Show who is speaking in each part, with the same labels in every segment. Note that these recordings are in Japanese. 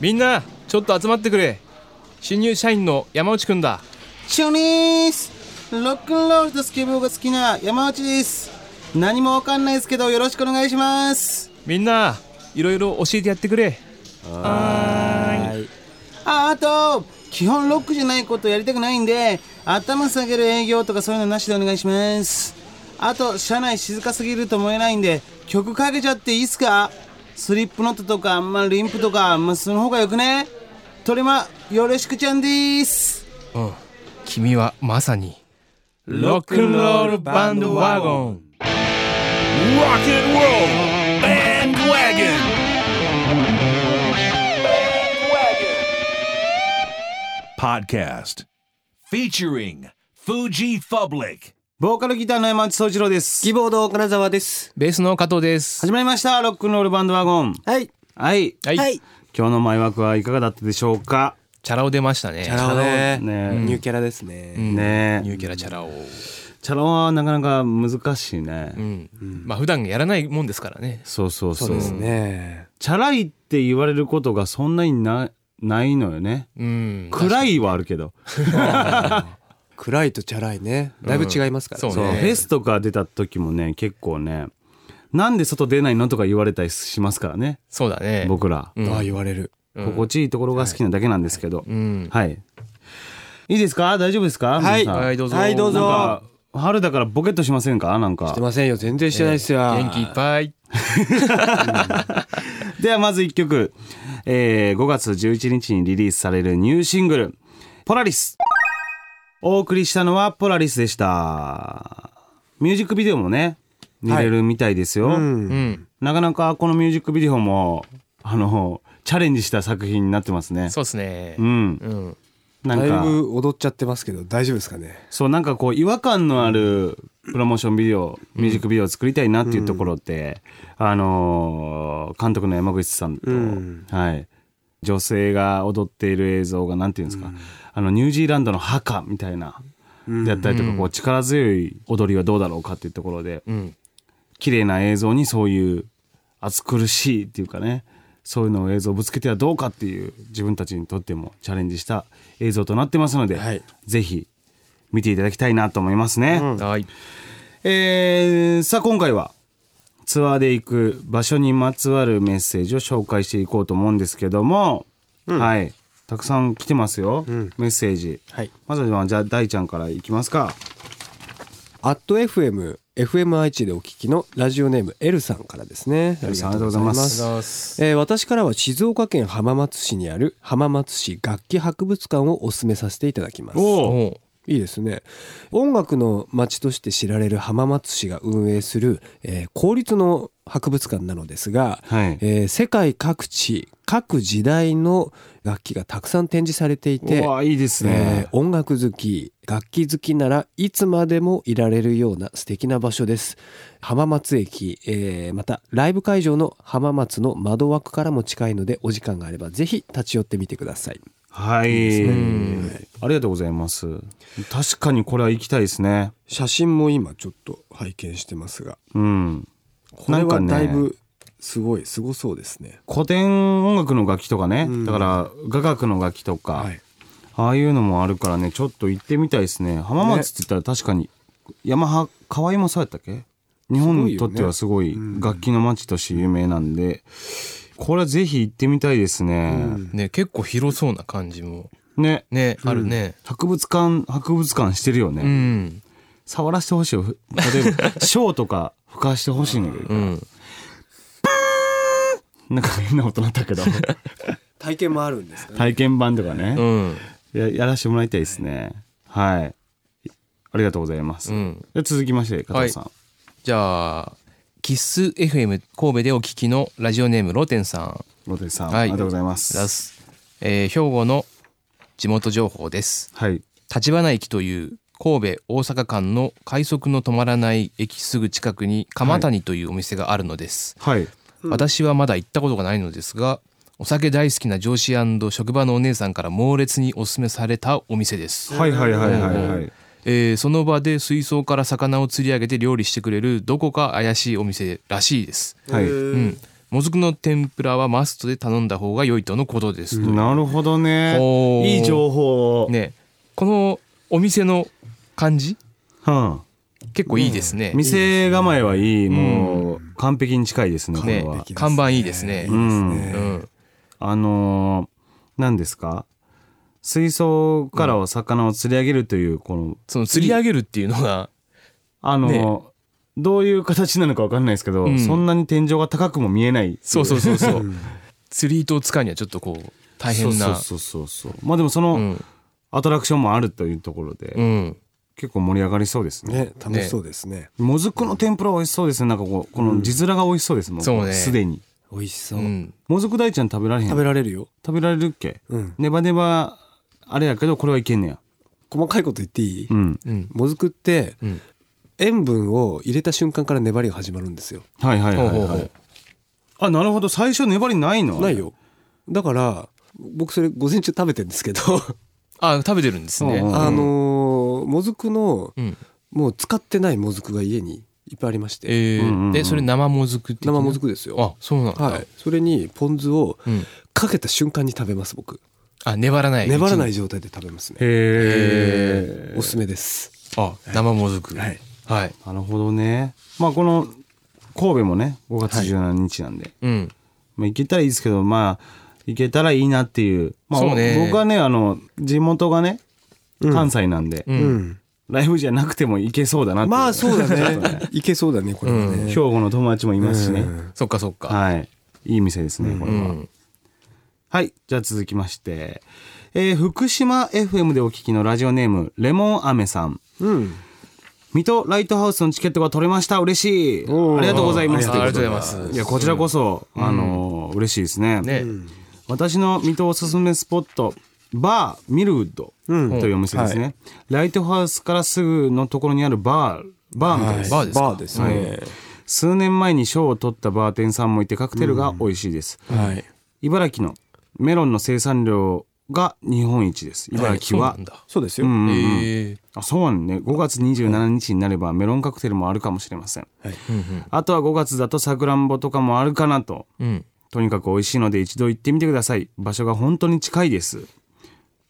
Speaker 1: みんなちょっと集まってくれ新入社員の山内くんだ
Speaker 2: シュニースロックンロールとスケボーが好きな山内です何もわかんないですけどよろしくお願いします
Speaker 1: みんないろいろ教えてやってくれ
Speaker 2: はいああと基本ロックじゃないことやりたくないんで頭下げる営業とかそういうのなしでお願いしますあと車内静かすぎると思えないんで曲かけちゃっていいっすかスリップノットとか、まあ、リンプとか、まあ、その方がよくねトリマよろしくちゃんでーす
Speaker 1: うん君はまさにロックンロールバンドワゴン
Speaker 3: Rock and roll bandwagon. Podcast featuring Fuji Public.
Speaker 2: ボーカルギターの山内総一郎です。
Speaker 4: キーボード金沢です。
Speaker 1: ベースの加藤です
Speaker 2: 始まりました、ロックンロールバンドワゴン。
Speaker 4: はい。
Speaker 2: はい。
Speaker 1: はい、
Speaker 4: はい。
Speaker 2: 今日の前枠はいかがだったでしょうか
Speaker 1: チャラ男出ましたね
Speaker 4: なるほどね。
Speaker 2: ねえ
Speaker 4: ニューキャラですね。
Speaker 2: ね
Speaker 1: ニュ
Speaker 2: え。
Speaker 1: ーキャラチャラ男
Speaker 2: チャラはなかなか難しいね。
Speaker 1: うん、まあ普段やらないもんですからね
Speaker 2: そうそうそう。
Speaker 4: ね
Speaker 2: チャラいって言われることがそんなになないのよね。
Speaker 1: うん
Speaker 2: 暗いはあるけど。
Speaker 4: え。暗いとチャラいね。だいぶ違いますから。
Speaker 1: そうね
Speaker 2: そう。フェスとか出た時もね、結構ね、なんで外出ないのとか言われたりしますからね、
Speaker 1: そうだね
Speaker 2: 僕ら。
Speaker 1: うん
Speaker 4: ああ、言われる。
Speaker 2: 心地いいところが好きなだけなんですけど。
Speaker 1: うん
Speaker 2: はい。いいですか大丈夫ですか
Speaker 4: はい
Speaker 2: 皆さん
Speaker 1: はいどうぞ
Speaker 4: はい、どう
Speaker 2: なん
Speaker 4: ぞ
Speaker 2: か。春だからボケっとしませんかなん
Speaker 4: し
Speaker 2: か
Speaker 4: てませんよ。全然してないですよ。
Speaker 1: 元気いっぱい
Speaker 2: ではまず1曲、えー5月11日にリリースされるニューシングル「ポラリス」お送りしたのは「ポラリス」でしたミュージックビデオもね見れるみたいですよ、
Speaker 4: うん
Speaker 1: うん
Speaker 2: なかなかこのミュージックビデオもあのチャレンジした作品になってますね
Speaker 1: そうですね
Speaker 2: うん
Speaker 1: うん
Speaker 2: なん
Speaker 4: だい
Speaker 2: か
Speaker 4: ぶ踊っちゃってますけど、大丈夫ですかね。
Speaker 2: そうなんかこう違和感のあるプロモーションビデオ、ミュージックビデオを作りたいなっていうところって、あのー監督の山口さんと、
Speaker 4: ん
Speaker 2: はい、女性が踊っている映像がなんていうんですか、あのニュージーランドの墓みたいな、であったりとかこう力強い踊りはどうだろうかっていうところで、
Speaker 1: うん
Speaker 2: 綺麗な映像にそういう暑苦しいっていうかねそういうのを映像をぶつけてはどうかっていう自分たちにとってもチャレンジした映像となってますので、
Speaker 4: はい
Speaker 2: ぜひ見ていただきたいなと思いますね、
Speaker 1: はい
Speaker 2: えーさあ今回はツアーで行く場所にまつわるメッセージを紹介していこうと思うんですけども、はいたくさん来てますよ、メッセージ、
Speaker 4: はい
Speaker 2: まずはじゃあ大ちゃんからいきますか
Speaker 4: アット FM、FM 愛知でお聞きのラジオネーム L さんからですね。
Speaker 2: L さんありがとうございます
Speaker 4: ありがとうござい
Speaker 1: ありがとうございます
Speaker 4: えー私からは静岡県浜松市にある浜松市楽器博物館をお勧めさせていただきます。
Speaker 1: おう
Speaker 4: いいですね音楽の街として知られる浜松市が運営する、えー公立の博物館なのですが、
Speaker 2: はい
Speaker 4: えー世界各地各時代の楽器がたくさん展示されていうて
Speaker 2: わいいです
Speaker 4: えー
Speaker 2: ね、
Speaker 4: 音楽好き楽器好きならいつまでもいられるような素敵な場所です浜松駅、えーまたライブ会場の浜松の窓枠からも近いのでお時間があればぜひ立ち寄ってみてください
Speaker 2: はいありがとうございます確かにこれは行きたいですね
Speaker 4: 写真も今ちょっと拝見してますが
Speaker 2: うん
Speaker 4: これは
Speaker 2: なんか
Speaker 4: だ
Speaker 2: ね
Speaker 4: いぶすごいすごそうですね
Speaker 2: 古典音楽の楽器とかね、だから雅楽の楽器とか、
Speaker 4: はい
Speaker 2: ああいうのもあるからねちょっと行ってみたいですね浜松って言ったら確かに、山葉河合もそうやったっけ日本にとってはすごい楽器の街として有名なんで、これはぜひ行ってみたいですね、
Speaker 1: ね結構広そうな感じも
Speaker 2: ね
Speaker 1: ねあるね
Speaker 2: 博物館博物館してるよね、
Speaker 1: うん
Speaker 2: 触らせてほしいよふ例えば ショーとか吹かしてほしいんだけど、
Speaker 1: うん
Speaker 2: なんか変な音なったけど
Speaker 4: 体験もあるんですか
Speaker 2: 体験版とかね、
Speaker 1: うん
Speaker 2: ややらせてもらいたいですね。はい。ありがとうございます。
Speaker 1: うん
Speaker 2: で続きまして、加藤さん。
Speaker 1: じゃあキッス FM 神戸でお聞きのラジオネームロテンさん
Speaker 2: ロテさん、
Speaker 1: はい
Speaker 2: ありがとうございます。
Speaker 1: 出す、えー兵庫の地元情報です
Speaker 2: はい。
Speaker 1: 立花駅という神戸大阪間の快速の止まらない駅すぐ近くに鎌谷というお店があるのです、
Speaker 2: はい。
Speaker 1: 私はまだ行ったことがないのですがお酒大好きな上司職場のお姉さんから猛烈にお勧めされたお店です、
Speaker 2: はいはいはいはいはい。
Speaker 1: えーその場で水槽から魚を釣り上げて料理してくれるどこか怪しいお店らしいです、
Speaker 2: はい。
Speaker 1: うん、もずくの天ぷらはマストで頼んだ方が良いとのことです。
Speaker 2: なるほどね
Speaker 1: ほう
Speaker 2: いい情報を、
Speaker 1: ねこのお店の感じ
Speaker 2: は
Speaker 1: 結構いいですね。
Speaker 2: 店構えはいい、もう完璧に近いですねこれ
Speaker 1: ね
Speaker 2: は、
Speaker 1: 看板いいですね。
Speaker 2: うん
Speaker 1: うん
Speaker 2: あのー、何ですか水槽からお魚を釣り上げるというこの、
Speaker 1: その釣り上げるっていうのが
Speaker 2: あのー
Speaker 1: ね
Speaker 2: どういう形なのかわかんないですけど、
Speaker 1: うん
Speaker 2: そんなに天井が高くも見えない
Speaker 1: そうそうそ うそう釣り糸を使うにはちょっとこう大変な
Speaker 2: そうそうそうそうまあでもその、
Speaker 1: うん
Speaker 2: アトラクションもあるというところで、
Speaker 1: うん
Speaker 2: 結構盛り上がりそうですね
Speaker 4: ね楽しそうですね
Speaker 2: もずくの天ぷら美味しそうですねなんかこうこの地面が美味しそうですもん、
Speaker 1: そうね
Speaker 2: すでに
Speaker 4: 美味しそうう、
Speaker 1: ん
Speaker 2: もずく大ちゃん食べられへん
Speaker 4: 食べられるよ
Speaker 2: 食べられるっけ、
Speaker 4: うん
Speaker 2: ネバネバあれやけどこれはいけんねや
Speaker 4: 細かいこと言っていい、
Speaker 2: うん
Speaker 1: うん
Speaker 4: もずくって
Speaker 1: うん
Speaker 4: 塩分を入れた瞬間から粘りが始まるんですよ
Speaker 2: はいはいはい、
Speaker 1: ほう
Speaker 2: はい、
Speaker 1: ほうほう
Speaker 2: あなるほど最初粘りないの
Speaker 4: ないよだから僕それ午前中食べてんですけど
Speaker 1: あ食べてるんですね
Speaker 2: うん
Speaker 4: あのーもずくの
Speaker 1: うん
Speaker 4: もう使ってないもずくが家にいっぱいありまして
Speaker 1: え
Speaker 2: うんうんう
Speaker 1: ー
Speaker 2: ん
Speaker 1: でそれ生もずく的な
Speaker 4: 生もずくですよ
Speaker 1: あそうなんだ
Speaker 4: はいそれにポン酢を
Speaker 1: うん
Speaker 4: かけた瞬間に食べます僕
Speaker 1: あ粘らない
Speaker 4: 粘らないい状態で食べますね
Speaker 2: へえ
Speaker 4: おすすめです
Speaker 1: あ生もずく
Speaker 4: はい
Speaker 1: はい
Speaker 2: なるほどねまあこの神戸もね5月17日なんで、
Speaker 1: うん
Speaker 2: まあ、行けたらいいですけどまあ行けたらいいなっていう、まあ、
Speaker 1: そうね
Speaker 2: 僕はねあの地元がね関西なんで、
Speaker 1: う
Speaker 4: うんん
Speaker 2: ライブじゃなくても行けそうだなってい
Speaker 4: まあそうだ
Speaker 2: ちょっと
Speaker 4: ねいけそうだねこれは
Speaker 1: う
Speaker 4: ね
Speaker 2: 兵庫の友達もいますしね、
Speaker 1: そっかそっか
Speaker 2: はいいい店ですねこれ
Speaker 1: う
Speaker 2: は、
Speaker 1: ん
Speaker 2: はいじゃあ続きまして、えー福島 FM でお聞きのラジオネームレモンアメさん
Speaker 4: うん
Speaker 2: 水戸ライトハウスのチケットが取れました嬉しい
Speaker 4: おー
Speaker 2: ありがとうございます
Speaker 1: あありがとうございます
Speaker 2: いやこちらこそ、あのー嬉しいですね
Speaker 1: ね
Speaker 2: 私の水戸おすすめスポットバーミルウッドというお店ですね、ライトハウスからすぐのところにあるバーバーみたいです、
Speaker 1: バーですか
Speaker 4: バーですね
Speaker 2: 数年前に賞を取ったバーテンさんもいてカクテルが美味しいです、
Speaker 4: はい
Speaker 2: 茨城のメロンの生産量が日本一です茨城は、
Speaker 1: そうなんだ
Speaker 4: そうですよ
Speaker 2: うんうんうん
Speaker 1: えー
Speaker 2: あそうなんね5月27日になればメロンカクテルもあるかもしれません、
Speaker 4: はい
Speaker 2: あとは5月だとさくらんぼとかもあるかなと
Speaker 1: うん
Speaker 2: とにかく美味しいので一度行ってみてください場所が本当に近いです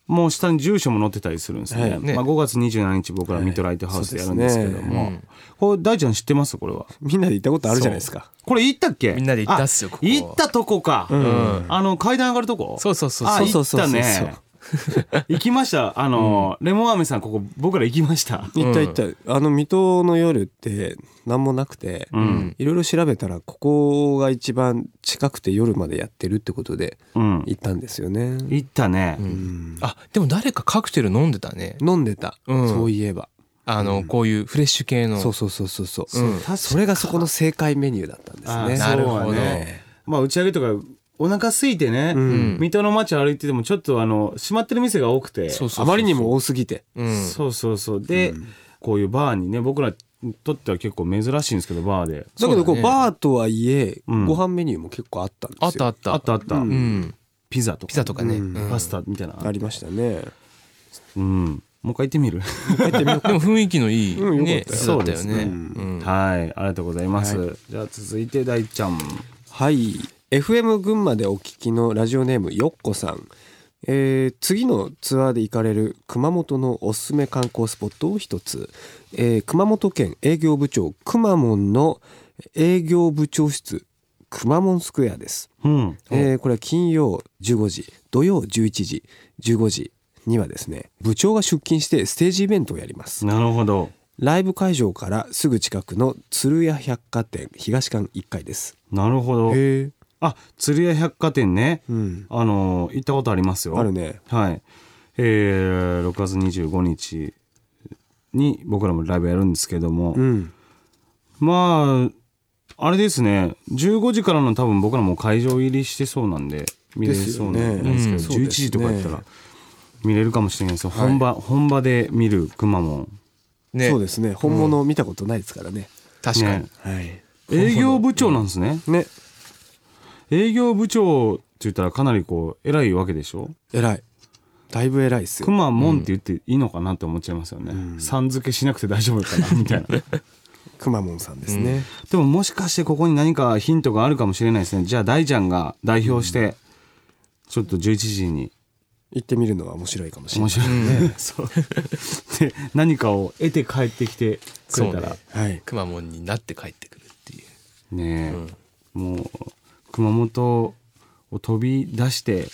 Speaker 2: もう下に住所も載ってたりするんですね,、
Speaker 4: はい
Speaker 1: ね
Speaker 2: まあ、5月27日僕らミッドライトハウスでやるんですけども、
Speaker 1: はいそうですね
Speaker 2: これ大ちゃん知ってますこれは
Speaker 4: みんなで行ったことあるじゃないですか
Speaker 2: これ行ったっけ
Speaker 1: みんなで行ったっすよ
Speaker 2: あ
Speaker 1: ここ
Speaker 2: 行ったとこか、あの階段上がるとこ
Speaker 1: そうそうそうそ
Speaker 2: あ
Speaker 1: うそう
Speaker 4: そ
Speaker 2: 行
Speaker 4: う
Speaker 2: っ
Speaker 4: そうそうそ
Speaker 2: た
Speaker 4: う
Speaker 2: ね 行きましたあの、レモン飴さんここ僕ら行きました
Speaker 4: 行った行ったあの水戸の夜って何もなくて
Speaker 2: ん
Speaker 4: いろいろ調べたらここが一番近くて夜までやってるってことで
Speaker 2: うん
Speaker 4: 行ったんですよね
Speaker 2: 行ったね、
Speaker 1: あでも誰かカクテル飲んでたね
Speaker 4: 飲んでた
Speaker 1: うん
Speaker 4: そういえば
Speaker 1: あのこういうフレッシュ系の
Speaker 4: そうそうそうそうそう
Speaker 1: うん
Speaker 4: そうそれがそこの正解メニューだったん
Speaker 2: あ
Speaker 4: ですね
Speaker 1: なるほど
Speaker 2: そうだねまあ打ち上げとかお腹空いてね、
Speaker 4: ん
Speaker 2: 水戸の街歩いててもちょっとあの閉まってる店が多くて
Speaker 1: そうそうそうそう
Speaker 4: あまりにも多すぎて
Speaker 1: うん
Speaker 2: そうそうそうで、こういうバーにね僕らにとっては結構珍しいんですけどバーで
Speaker 4: だけどこ
Speaker 1: そうだね
Speaker 4: うバーとはいえ
Speaker 2: うん
Speaker 4: ご飯メニューも結構あったんですよ
Speaker 1: あったあった
Speaker 2: あったあった、
Speaker 1: うん
Speaker 2: ピザとか
Speaker 1: ピザとかね
Speaker 4: うん
Speaker 1: うん
Speaker 2: パスタみたいな
Speaker 4: ありましたね
Speaker 2: うんもう一回行ってみる
Speaker 1: でも雰囲気のいい
Speaker 4: うん
Speaker 1: ね
Speaker 4: よかった
Speaker 2: よ
Speaker 1: 人だったよ
Speaker 2: そうで
Speaker 1: ね
Speaker 2: すね
Speaker 1: うん
Speaker 2: はいありがとうございます、じゃあ続いて大ちゃん
Speaker 4: はい FM 群馬でお聞きのラジオネームよっこさん、えー次のツアーで行かれる熊本のおすすめ観光スポットを一つ、えー熊本県営業部長くまモンの営業部長室くまモンスクエアです、
Speaker 2: うん
Speaker 4: えーこれは金曜15時土曜11時15時にはですね部長が出勤してステージイベントをやります
Speaker 2: なるほど
Speaker 4: ライブ会場からすぐ近くの鶴屋百貨店東館1階です
Speaker 2: なるほど
Speaker 4: へえ
Speaker 2: あ鶴屋百貨店ね、
Speaker 4: うん
Speaker 2: あの行ったことありますよ
Speaker 4: あるね
Speaker 2: はい。えー、6月25日に僕らもライブやるんですけども、
Speaker 4: うん
Speaker 2: まあ、あれですね、15時からの多分僕らも会場入りしてそうなんで、見れそうなんですけど、
Speaker 4: ですよねうん
Speaker 2: 11時とかやった
Speaker 4: そう
Speaker 2: ら見れるかもしれないですよ。本場、本場で見るくまモン。
Speaker 1: ね
Speaker 4: そうですね本物見たことないですからね、
Speaker 1: 確かに
Speaker 2: ね
Speaker 4: はい
Speaker 2: 営業部長なんですね。
Speaker 4: ね
Speaker 2: 営業部長って言ったらかなりこう、偉いわけでしょ
Speaker 4: 偉いだいぶ偉いっす
Speaker 2: く
Speaker 4: よ
Speaker 2: まモンって言っていいのかなって思っちゃいますよね。さん付けしなくて大丈夫かなみたいな。
Speaker 4: くまモンさんですね、
Speaker 2: でももしかしてここに何かヒントがあるかもしれないですねじゃあ大ちゃんが代表してちょっと11時に
Speaker 4: 行ってみるのは面白いかもしれ
Speaker 2: 面
Speaker 4: ない
Speaker 2: 白いね、 そうで何かを得て帰ってきてくれたら
Speaker 1: そうね
Speaker 4: はい
Speaker 1: くまモンになって帰ってくるっていう
Speaker 2: ねえ、もう熊本を飛び出して、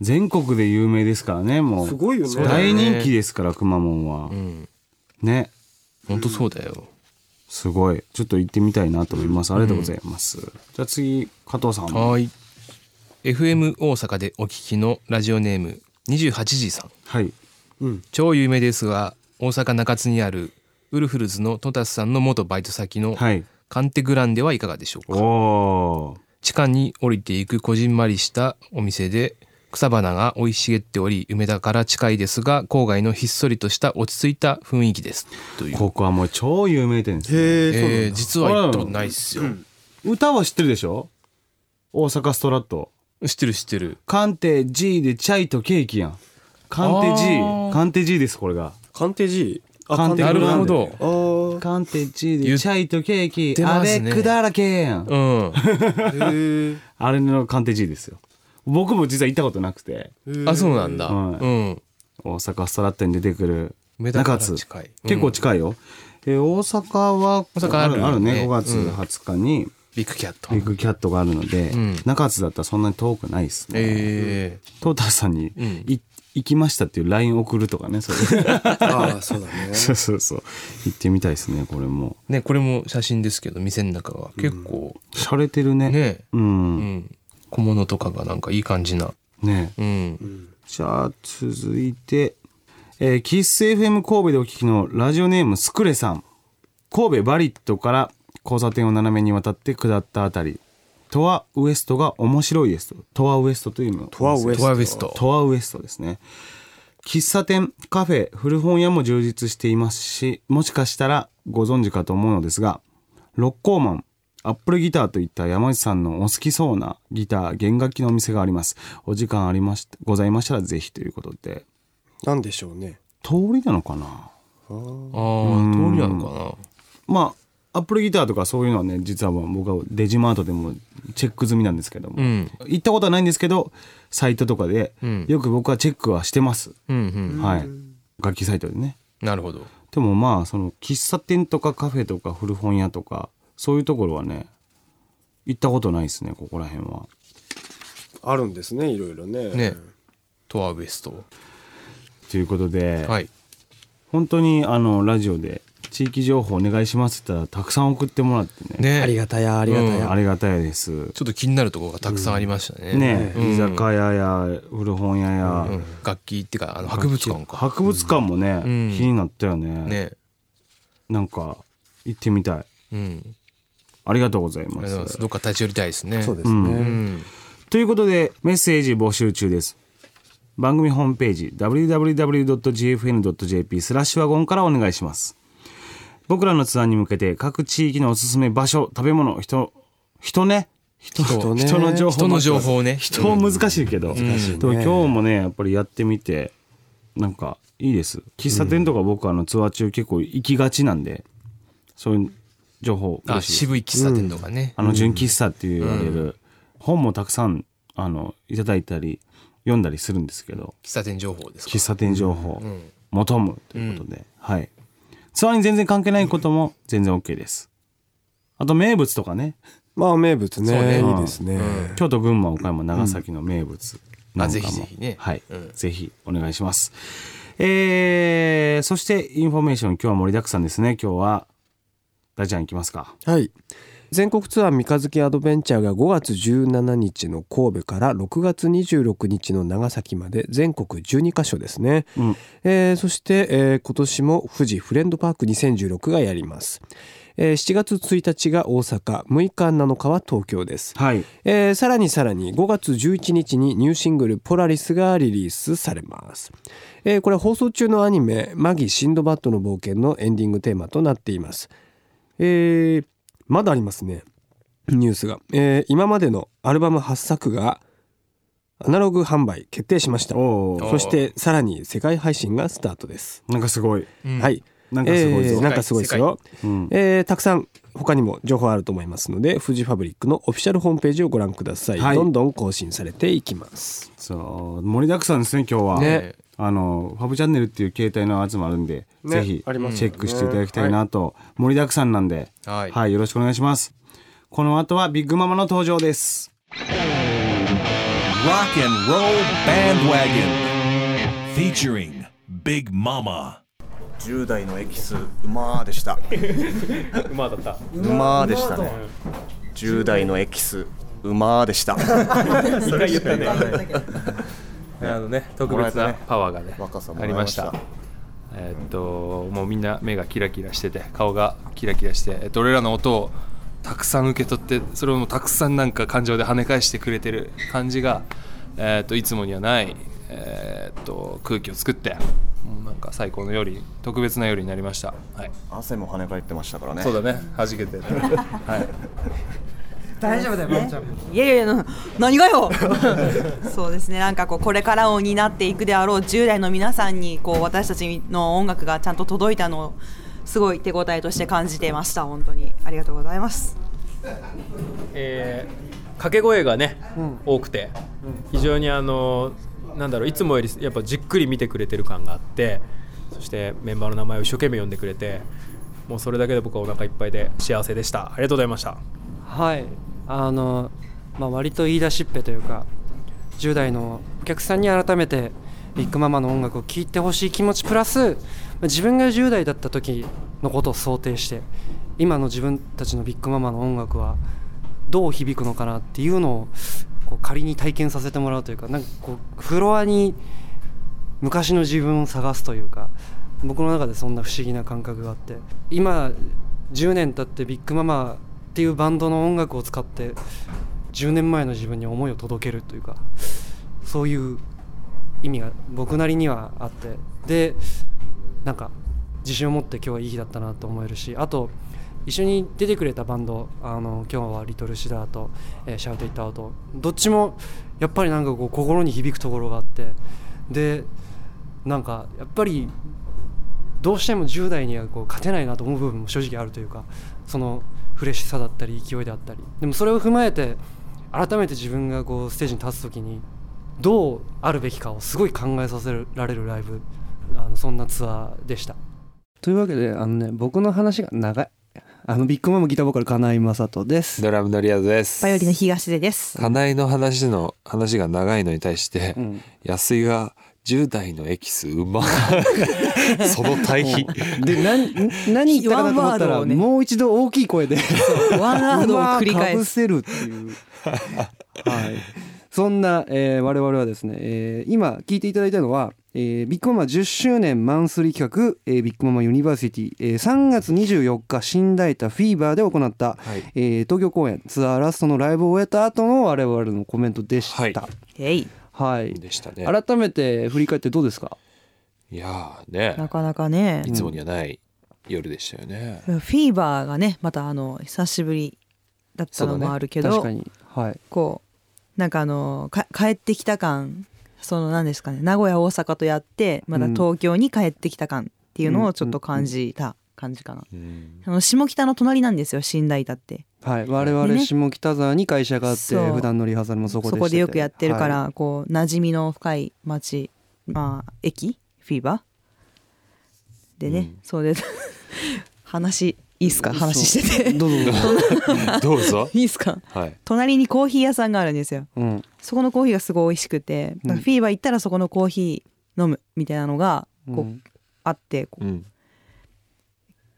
Speaker 2: 全国で有名ですからねもう
Speaker 4: すごいよね
Speaker 2: 大人気ですから熊本は、
Speaker 1: ん
Speaker 2: ね
Speaker 1: 本当そうだよ、
Speaker 2: すごいちょっと行ってみたいなと思いますありがとうございます、じゃあ次加藤さん
Speaker 1: はーい FM 大阪でお聞きのラジオネーム28時さん
Speaker 2: はい
Speaker 1: 超有名ですが大阪中津にあるウルフルズのトタスさんの元バイト先の
Speaker 2: はい
Speaker 1: カンテグランデはいかがでしょう
Speaker 2: お
Speaker 1: か
Speaker 2: お
Speaker 1: 地下に降りていくこじんまりしたお店で草花が生い茂っており梅田から近いですが郊外のひっそりとした落ち着いた雰囲気ですという、
Speaker 2: ここはもう超有名店ですね、
Speaker 4: へ
Speaker 1: えー実は行ったことないっすよ、
Speaker 2: 歌は知ってるでしょ大阪ストラット
Speaker 1: 知ってる知ってる
Speaker 2: 鑑定 G でチャイとケーキやん鑑定
Speaker 1: あ
Speaker 2: G
Speaker 1: ー
Speaker 2: 鑑定 G ですこれが
Speaker 4: 鑑定 G あ
Speaker 2: 鑑定
Speaker 1: な
Speaker 2: グ
Speaker 1: る
Speaker 2: ラン
Speaker 1: ほ
Speaker 2: デ
Speaker 1: ど
Speaker 4: あ
Speaker 2: カンテチ
Speaker 1: 言
Speaker 2: で
Speaker 1: っ
Speaker 2: チャイとケーキ、
Speaker 1: て
Speaker 2: あ
Speaker 1: ますね
Speaker 2: れくだらけやん。
Speaker 1: う
Speaker 4: あ
Speaker 1: ん
Speaker 4: へえ
Speaker 2: あれのカンテチですよ。僕も実は行ったことなくて、
Speaker 1: あそうなんだ、
Speaker 2: はい
Speaker 1: うん
Speaker 2: 大阪ストラットに出てくる
Speaker 1: 梅田から
Speaker 2: 中津
Speaker 1: 近いうん
Speaker 2: 結構近いよ。えー大阪は、
Speaker 1: 大阪あるよね
Speaker 2: あるね。5月
Speaker 1: うん
Speaker 2: 20日に
Speaker 1: ビッグキャット
Speaker 2: ビッグキャットがあるので、
Speaker 1: ん
Speaker 2: 中津だったらそんなに遠くないですね。
Speaker 1: え
Speaker 2: トータスさんに、
Speaker 1: ん
Speaker 2: い行きましたっていう LINE 送るとかね、そ れ
Speaker 4: ああそうだね
Speaker 2: そうそうそう。行ってみたいですね、これも。
Speaker 1: ーねこれも写真ですけど店の中は結構
Speaker 2: 洒落てるね。
Speaker 1: ね、
Speaker 2: うん。
Speaker 1: うん、小物とかがなんかいい感じな
Speaker 2: ね
Speaker 1: うん
Speaker 2: じゃあ続いて、えー、キッス FM 神戸でお聞きのラジオネームスクレさん神戸バリットから交差点を斜めに渡って下ったあたりトワウエストが面白いですとトワウエストというの
Speaker 4: トワウエス
Speaker 1: トワベスト
Speaker 2: トワウエストですね喫茶店カフェ古本屋も充実していますしもしかしたらご存知かと思うのですがロッコーマンアップルギターといった山内さんのお好きそうなギター弦楽器のお店がありますお時間ありましございましたらぜひということで
Speaker 4: なんでしょうね
Speaker 2: 通りなのかな
Speaker 1: ああ通りなのか
Speaker 2: まあアップルギターとかそういうのはね実はもう僕はデジマートでもチェック済みなんですけども、
Speaker 1: なうん
Speaker 2: 行ったことはないんですけどサイトとかで
Speaker 1: うん
Speaker 2: よく僕はチェックはしてます、
Speaker 1: うんうん
Speaker 2: はい楽器サイトでね
Speaker 1: なるほど
Speaker 2: でもまあその喫茶店とかカフェとか古本屋とかそういうところはね行ったことないですねここら辺は
Speaker 4: あるんですねいろいろね
Speaker 1: ねトワウエスト
Speaker 2: ということで、
Speaker 1: はい
Speaker 2: 本当にあのラジオで地域情報お願いしますって言ったらたくさん送ってもらってね
Speaker 1: ね
Speaker 4: ありがたやありがた
Speaker 2: あ
Speaker 4: や、
Speaker 2: りがたいです
Speaker 1: ちょっと気になるところがたくさんありましたね
Speaker 2: ね、
Speaker 1: うん
Speaker 2: 居酒屋や古本屋や、
Speaker 1: うん楽器っていうかあの博物館か
Speaker 2: 博物館もね、
Speaker 1: うん
Speaker 2: 気になったよね
Speaker 1: ね
Speaker 2: なんか行ってみたい
Speaker 1: うん
Speaker 2: ありがとうござい
Speaker 1: ありがと
Speaker 2: ま
Speaker 1: うご
Speaker 2: す
Speaker 1: ざいますどっか立ち寄りたいですね
Speaker 4: そうですね、
Speaker 1: うん
Speaker 2: ということでメッセージ募集中です番組ホームページ www.gfn.jp スラッシュワゴンからお願いします僕らのツアーに向けて各地域のおすすめ場所食べ物人人ね人
Speaker 1: 人
Speaker 4: ね
Speaker 2: の情報
Speaker 1: 人の情報ね
Speaker 2: 人難しいけど、
Speaker 4: ね
Speaker 2: でも今日もねやっぱりやってみてなんかいいです喫茶店とか僕あのツアー中結構行きがちなんでそういう情報
Speaker 1: あ
Speaker 2: 嬉しいです
Speaker 1: 渋い喫茶店とかね
Speaker 2: あの純喫茶って言われる本もたくさんあのいただいたり読んだりするんですけど
Speaker 1: 喫茶店情報ですか
Speaker 2: 喫茶店情報求むということで、はいツアーに全然関係ないことも全然 OK ですあと名物とかね
Speaker 4: まあ名物ね
Speaker 1: そうね
Speaker 4: いいですね、
Speaker 2: 京都群馬岡山長崎の名物なんかも、
Speaker 1: あぜひぜひね
Speaker 2: はい、
Speaker 1: うん
Speaker 2: ぜひお願いしますえー、そしてインフォメーション今日は盛りだくさんですね今日は大ちゃん行きますか
Speaker 4: はい全国ツアー三日月アドベンチャーが5月17日の神戸から6月26日の長崎まで全国12カ所ですね、
Speaker 2: うん
Speaker 4: えーそして、えー今年も富士フレンドパーク2016がやります、えー7月1日が大阪6日7日は東京です、
Speaker 2: はい
Speaker 4: えーさらにさらに5月11日にニューシングル「ポラリス」がリリースされます、えーこれは放送中のアニメ「マギシンドバッドの冒険」のエンディングテーマとなっていますえーまだありますねニュースが、えー今までのアルバム8作がアナログ販売決定しました
Speaker 2: おお
Speaker 4: そしてさらに世界配信がスタートです
Speaker 2: なんかすごい
Speaker 1: うん
Speaker 4: はい、
Speaker 2: なんかすごいぞ
Speaker 4: えーなんかすごいですよ、
Speaker 2: うん
Speaker 4: えーたくさん他にも情報あると思いますのでフジファブリックのオフィシャルホームページをご覧ください、
Speaker 2: はい
Speaker 4: どんどん更新されていきます
Speaker 2: そう盛りだくさんですね今日は、
Speaker 4: ね
Speaker 2: あのファブチャンネルっていう携帯のやつもあるんで、
Speaker 4: ね
Speaker 2: ぜひチ
Speaker 4: あり
Speaker 2: ェ
Speaker 4: ますよね
Speaker 2: ックしていただきたいなと、盛りだくさんなんで
Speaker 5: はい
Speaker 2: よろしくお願いしますこの後はビッグママの登場です
Speaker 6: Rock and Roll Bandwagon. Featuring Big Mama.
Speaker 3: 10代のエキスうまーでしたうまーだったうまーでしたね10代のエキスうまーでした
Speaker 7: あのね、特別なパワーがね、
Speaker 3: 若さも
Speaker 7: あ
Speaker 3: らい
Speaker 7: り
Speaker 3: ま
Speaker 7: ま
Speaker 3: し
Speaker 7: したた。えーっと、もうみんな目がキラキラしてて、顔がキラキラして、えっと、俺らの音をたくさん受け取って、それをもうたくさんなんか感情で跳ね返してくれてる感じが、えーっと、いつもにはない、えーっと、空気を作って、もうなんか最高の夜に、特別な夜になりました。はい。
Speaker 3: 汗も跳ね返ってましたからね
Speaker 7: そうだね、弾 けて。はい。
Speaker 8: 大丈夫だよ、ちゃん。いやいやいや、な何がよ。 そうですね、なんかこう、これからを担っていくであろう10代の皆さんに、こう、私たちの音楽がちゃんと届いたのを。すごい手応えとして感じてました、本当に、ありがとうございます。
Speaker 9: えー掛け声がね、多くて非常にあのなんだろういつもよりやっぱじっくり見てくれてる感があってそしてメンバーの名前を一生懸命呼んでくれてもうそれだけで僕はお腹いっぱいで幸せでしたありがとうございました
Speaker 10: はいあの、まあ、割と言い出しっぺというか10代のお客さんに改めてビッグママの音楽を聴いてほしい気持ちプラスまあ自分が10代だった時のことを想定して今の自分たちのビッグママの音楽はどう響くのかなっていうのをこう仮に体験させてもらうというかなんかこうフロアに昔の自分を探すというか僕の中でそんな不思議な感覚があって今10年経ってビッグママっていうバンドの音楽を使って10年前の自分に思いを届けるというかそういう意味が僕なりにはあってでなんか自信を持って今日はいい日だったなと思えるしあと一緒に出てくれたバンドあの今日はリトルシダーと、えーシャウトイットアウトどっちもやっぱりなんかこう心に響くところがあってでなんかやっぱりどうしても10代にはこう勝てないなと思う部分も正直あるというかそのフレッシュさだったり勢いであったりでもそれを踏まえて改めて自分がこうステージに立つ時にどうあるべきかをすごい考えさせられるライブあのそんなツアーでした。
Speaker 4: というわけであのね僕の話が長いあのビッグママギターボーカル金井雅人です
Speaker 1: ドラムのリアドです。
Speaker 8: パヨリの東出です。
Speaker 1: 花井の話の話が長いのに対して、
Speaker 4: ん
Speaker 1: 安井が10代のエキスうまその対比
Speaker 4: で何何言ったかなと思った
Speaker 8: ワンワード
Speaker 4: ら、
Speaker 8: をね
Speaker 4: もう一度大きい声で
Speaker 8: ワンワ ードを繰り返
Speaker 4: う
Speaker 8: す
Speaker 4: まーかぶせるっていうはいそんな、えー我々はですね、えー今聞いていただいたのは、えービッグママ10周年マンスリー企画、えービッグママユニバーシティ、えー3月24日新大田フィーバーで行った、えー東京公演ツアーラストのライブを終えた後の我々のコメントでした
Speaker 1: はい
Speaker 8: えい、
Speaker 4: はい
Speaker 1: でしたね。
Speaker 4: 改めて振り返ってどうですか
Speaker 1: いやーね、
Speaker 8: かなかね
Speaker 1: いつもにはない夜でしたよね。
Speaker 8: フィーバーがね、またあの、久しぶり。だった
Speaker 1: のもあ
Speaker 8: るけ
Speaker 4: 確かにはい
Speaker 8: こうなんかあのか帰ってきた感その何ですかね名古屋大阪とやってまだ
Speaker 4: うん
Speaker 8: 東京に帰ってきた感っていうの
Speaker 4: うん
Speaker 8: をちょっと感じた感じかな、
Speaker 1: うん
Speaker 8: あの下北の隣なんですよ新大田って
Speaker 4: はい、我々
Speaker 8: ね
Speaker 4: 下北沢に会社があって、
Speaker 8: そう
Speaker 4: 普段のリハーサルもそ
Speaker 8: そ
Speaker 4: こ
Speaker 8: こ
Speaker 4: でしてて
Speaker 8: でよくやってるか
Speaker 4: は
Speaker 8: ら、こう馴染みの深い町まあ駅フィーバーでね、そうで 話いいっすか話して
Speaker 4: い
Speaker 8: て
Speaker 4: どうぞ どうぞ、
Speaker 1: どうぞ。
Speaker 8: いいっすか
Speaker 1: はい。
Speaker 8: 隣にコーヒー屋さんがあるんですよ
Speaker 4: うん、
Speaker 8: そこのコーヒーがすごい美味しくて、だからフィーバー行ったらそこのコーヒー飲むみたいなのがこ
Speaker 4: う
Speaker 8: う、
Speaker 4: ん
Speaker 8: あってこ
Speaker 1: うん。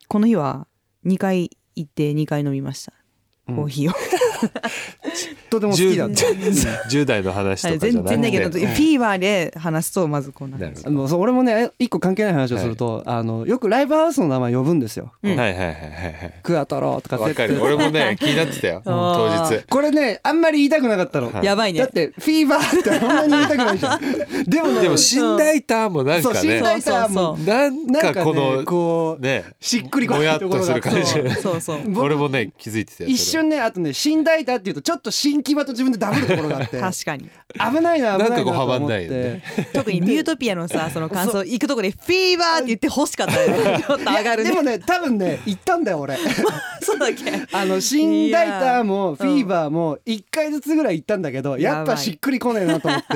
Speaker 8: この日は2回行って2回飲みましたコーヒーを、
Speaker 4: とても好きだっ
Speaker 1: 10
Speaker 4: た
Speaker 1: 10代の話
Speaker 8: あれ
Speaker 1: とかじゃ
Speaker 8: 全
Speaker 1: な
Speaker 8: 然だけ
Speaker 1: く
Speaker 8: ど、
Speaker 1: て。
Speaker 8: フィーバーで話すとまずこんな
Speaker 1: な
Speaker 8: 感
Speaker 1: る
Speaker 8: じ
Speaker 1: ほ
Speaker 4: もうそう俺もね一個関係ない話をすると、あのよくライブハウスの名前呼ぶんですよ
Speaker 1: ど。はいはいはいはいはい。
Speaker 4: クアトロとか
Speaker 1: わ
Speaker 4: って
Speaker 1: かる。俺もね、気になってた よ。当日。
Speaker 4: これねあんまり言いたくなかったの、
Speaker 1: は
Speaker 8: やばい
Speaker 4: だっ
Speaker 8: ね
Speaker 4: てフィーバーってあんまり言いたくないじ ゃんでもね
Speaker 1: でも、新大胆もなん
Speaker 4: そう
Speaker 1: か
Speaker 4: 新
Speaker 1: ね、
Speaker 4: 大さんも
Speaker 8: そう
Speaker 1: なん
Speaker 4: なん
Speaker 1: か
Speaker 4: か
Speaker 1: こ
Speaker 4: ね
Speaker 1: の、
Speaker 4: こう
Speaker 1: ね、
Speaker 4: しっくりこ
Speaker 1: も
Speaker 4: な
Speaker 1: や
Speaker 4: い
Speaker 1: っ
Speaker 4: とことろ
Speaker 1: す
Speaker 4: が
Speaker 1: る感じ。
Speaker 8: そうそう
Speaker 4: 僕
Speaker 1: 俺もね気づいてたよ
Speaker 4: 一瞬ねあとね「新大田」っていうとちょっとし
Speaker 10: 近キーワード自分でダブるところがあっ て
Speaker 8: 確かに
Speaker 10: 危ないな危ないな
Speaker 7: なんかこう
Speaker 10: と思
Speaker 7: 阻ん
Speaker 10: っ
Speaker 7: だ
Speaker 10: て
Speaker 7: よね
Speaker 8: 特にミュートピアの さその感想行くとこで「フィーバー」って言って欲しかった ねちょっと上がる
Speaker 10: でも
Speaker 8: ね
Speaker 10: ね多分ね行ったんだ よ俺
Speaker 8: そうだっけ
Speaker 10: あの新ライターも
Speaker 8: い
Speaker 10: フ
Speaker 8: やー
Speaker 10: ィーバーも1回ずつぐらい行ったんだけどやっ
Speaker 8: やば
Speaker 10: ぱ
Speaker 8: い
Speaker 10: しっくりこねえなと思って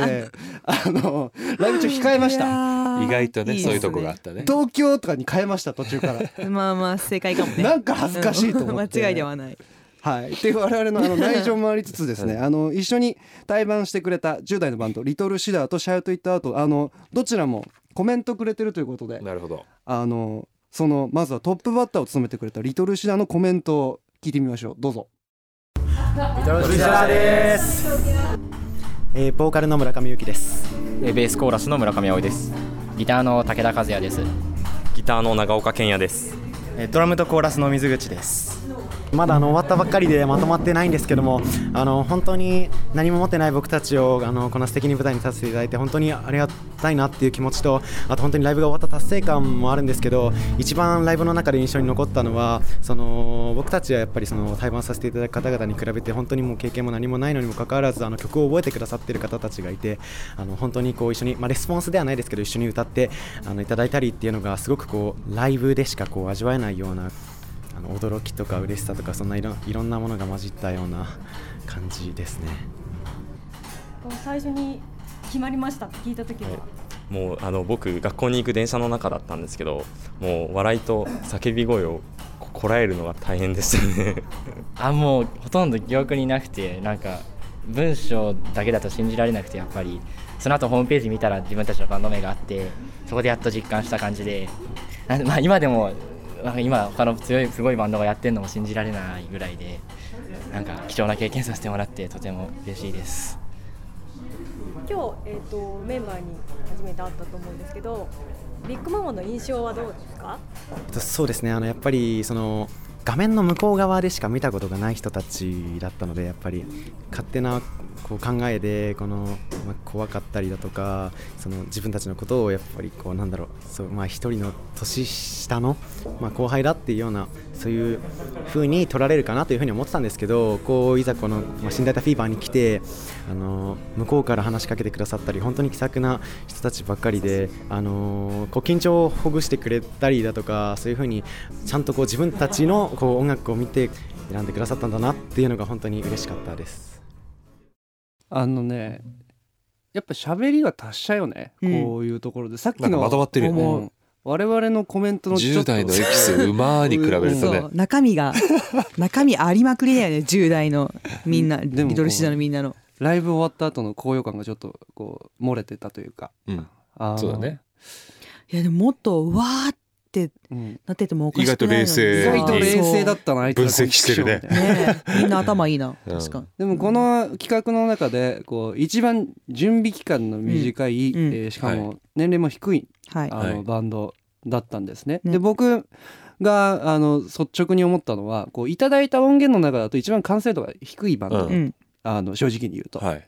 Speaker 10: あのライブ中控えました
Speaker 7: 意外とねそういうとこがあったね
Speaker 10: 東京とかに変えました途中から
Speaker 8: たまあまあ正解かもね
Speaker 10: なんか恥ずかしいと思って
Speaker 8: うん間違いではない
Speaker 10: はいっていう我々 のあの内情もありつつですね、あの一緒に対バンしてくれた10代のバンドリトルシダーとシャウトイットアウトあのどちらもコメントくれてるということで
Speaker 7: なるほど
Speaker 10: あのそのまずはトップバッターを務めてくれたリトルシダーのコメントを聞いてみましょうどうぞ
Speaker 11: えーボーカルの村上由紀です
Speaker 12: ベースコーラスの村上葵ですギターの武田和也ですギターの長岡健也ですドラムとコーラスの水口です
Speaker 11: まだあの終わったばっかりでまとまってないんですけどもあの本当に何も持ってない僕たちをあのこの素敵に舞台に立たせていただいて本当にありがたいなっていう気持ちとあと本当にライブが終わった達成感もあるんですけど一番ライブの中で印象に残ったのはその僕たちはやっぱりその対バンさせていただく方々に比べて本当にもう経験も何もないのにもかかわらずあの曲を覚えてくださっている方たちがいてあの本当にこう一緒に、まあ、レスポンスではないですけど一緒に歌ってあのいただいたりっていうのがすごくこうライブでしかこう味わえないようなあの驚きとか嬉しさとかそんないろいろんなものが混じったような感じですね。
Speaker 13: 最初に決まりましたって聞いた時は、
Speaker 12: もうあの僕学校に行く電車の中だったんですけどもう笑いと叫び声をここらえるのが大変でしたね
Speaker 14: あもうほとんど記憶になくてなんか文章だけだと信じられなくてやっぱりその後ホームページ見たら自分たちのバンド名があってそこでやっと実感した感じであまあ、今でもなんか今他の強いすごいバンドがやってるのも信じられないぐらいでなんか貴重な経験させてもらってとても嬉しいです。
Speaker 13: 今日、えー、とメンバーに初めて会ったと思うんですけどビッグママの印象はどうですか
Speaker 11: えっとそうですねあのやっぱりその画面の向こう側でしか見たことがない人たちだったのでやっぱり勝手なこう考えでこの、まあ、怖かったりだとかその自分たちのことをやっぱりこうなんだろうそう、まあ、一人の年下の、まあ、後輩だっていうようなそういう風に取られるかなというふうに思ってたんですけどこういざこの、まあ、新大田フィーバーに来てあの向こうから話しかけてくださったり本当に気さくな人たちばっかりであのこう緊張をほぐしてくれたりだとかそういう風にちゃんとこう自分たちのこう音楽を見て選んでくださったんだなっていうのが本当に嬉しかったです。
Speaker 10: あのねやっぱ喋りが達者よね、こういうところでさっき
Speaker 7: なん
Speaker 10: の
Speaker 7: かまとまってるよね
Speaker 10: もう我々のコメントのちょ
Speaker 7: 10
Speaker 10: っと
Speaker 7: 代のエキス馬に比べると
Speaker 8: そ
Speaker 7: ね
Speaker 8: う中身が中身ありまくりだよね10代のみんな
Speaker 10: でも
Speaker 8: リトルシダのみんなの
Speaker 10: ライブ終わった後の高揚感がちょっとこう漏れてたというか、
Speaker 7: うん
Speaker 10: あー
Speaker 7: そうだね
Speaker 8: いやでももっとわーって
Speaker 10: うん
Speaker 8: なっててもおかしくないのに
Speaker 10: 意外と冷静だったなあいつら
Speaker 7: 分析してるね
Speaker 10: この気象みたいな
Speaker 8: ねえみんな頭いいな
Speaker 7: うん
Speaker 8: 確かに
Speaker 10: でもこの企画の中でこう一番準備期間の短い、
Speaker 8: うんうん
Speaker 10: えーしかも年齢も低い、
Speaker 8: はい
Speaker 10: あの
Speaker 7: はい
Speaker 10: バンドだったんですね。
Speaker 8: ね
Speaker 10: で僕があの率直に思ったのはこういただいた音源の中だと一番完成度が低いバンド、
Speaker 7: うん
Speaker 8: うん
Speaker 10: あの正直に言うと。
Speaker 7: はい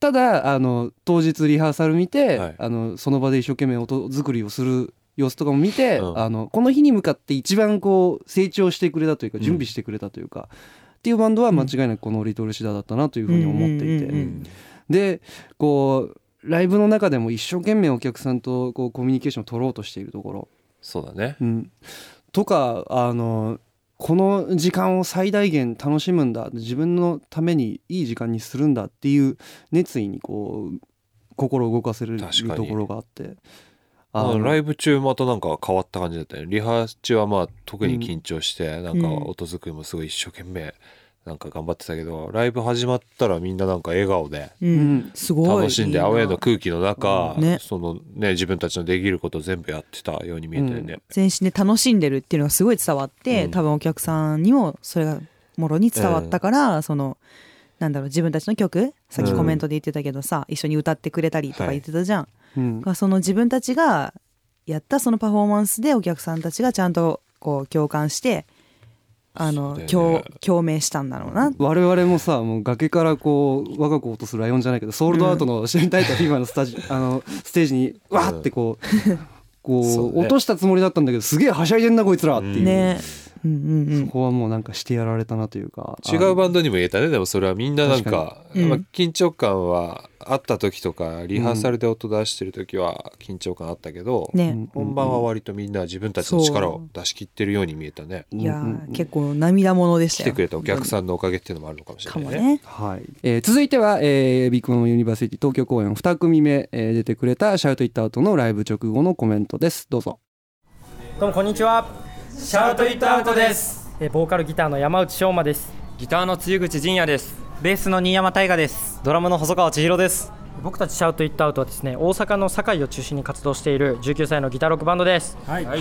Speaker 10: ただあの当日リハーサル見て、
Speaker 7: はい
Speaker 10: あのその場で一生懸命音作りをする様子とかも見て、
Speaker 7: うん
Speaker 10: あのこの日に向かって一番こう成長してくれたというか準備してくれたというか、っていうバンドは間違いなくこの「リトルシダ」だったなというふうに思っていて、
Speaker 8: うんうんうんうん
Speaker 10: でこうライブの中でも一生懸命お客さんとこうコミュニケーションを取ろうとしているところ、
Speaker 7: そうだね
Speaker 10: うん、とかあのこの時間を最大限楽しむんだ自分のためにいい時間にするんだっていう熱意にこう心を動かせる
Speaker 7: 確かに
Speaker 10: ところがあって
Speaker 7: あの
Speaker 10: の
Speaker 7: ライブ中またなんか変わった感じだったねリハ中はまあ特に緊張して、なんか
Speaker 8: うん
Speaker 7: 音作りもすごい一生懸命なんか頑張ってたけどライブ始まったらみんななんか笑顔で
Speaker 8: う
Speaker 10: うんん
Speaker 8: すごい
Speaker 7: 楽しんで
Speaker 8: いいな
Speaker 7: アウェーの空気の中、
Speaker 8: うんね
Speaker 7: そのね自分たちのできることを全部やってたように見えたよね、
Speaker 8: 全身で楽しんでるっていうのがすごい伝わって、
Speaker 7: うん
Speaker 8: 多分お客さんにもそれがもろに伝わったから、そのなんだろう自分たちの曲さっきコメントで言ってたけどさ、一緒に歌ってくれたりとか言ってたじゃん、
Speaker 10: うん
Speaker 8: がその自分たちがやったそのパフォーマンスでお客さんたちがちゃんとこう共感してあの、
Speaker 7: そうだよね
Speaker 8: 共共鳴したんだろうな
Speaker 10: 我々もさもう崖からこう我が子を落とすライオンじゃないけどソールドアウトの新大隊フィーバーのスタ ジ、あのステージにわ ーってこう。こう
Speaker 7: そうね
Speaker 10: 落としたつもりだったんだけどすげえはしゃいでんなこいつらっていう、
Speaker 8: ね、うんうん
Speaker 10: そこはもうなんかしてやられたなというか
Speaker 7: 違うバンドにも言えたねでもそれはみんななん
Speaker 10: 確
Speaker 7: か
Speaker 10: かにうん
Speaker 7: まあ緊張感はあった時とかリハーサルで音出してる時は緊張感あったけど、
Speaker 8: ねうん
Speaker 7: 本番は割とみんな自分たちの力を出し切ってるように見えたね。
Speaker 8: いやー結構涙ものでし
Speaker 7: 来
Speaker 8: た
Speaker 7: て
Speaker 8: よ
Speaker 7: くれたお客さんのおかげっていうのもあるのかもしれない
Speaker 8: かもね
Speaker 10: はいえー続いては、えービッグマムユニバーシティ東京公演2組目、えー出てくれたシャウトイットアウトのライブ直後のコメントですどうぞ
Speaker 15: どうもこんにちはシャウトイットアウトですえーボーカルギターの山内翔馬ですギターの露口仁也ですベースの新山大我ですドラムの細川千尋です僕たちシャウトイットアウトはですね大阪の堺を中心に活動している19歳のギターロックバンドですはい、い、や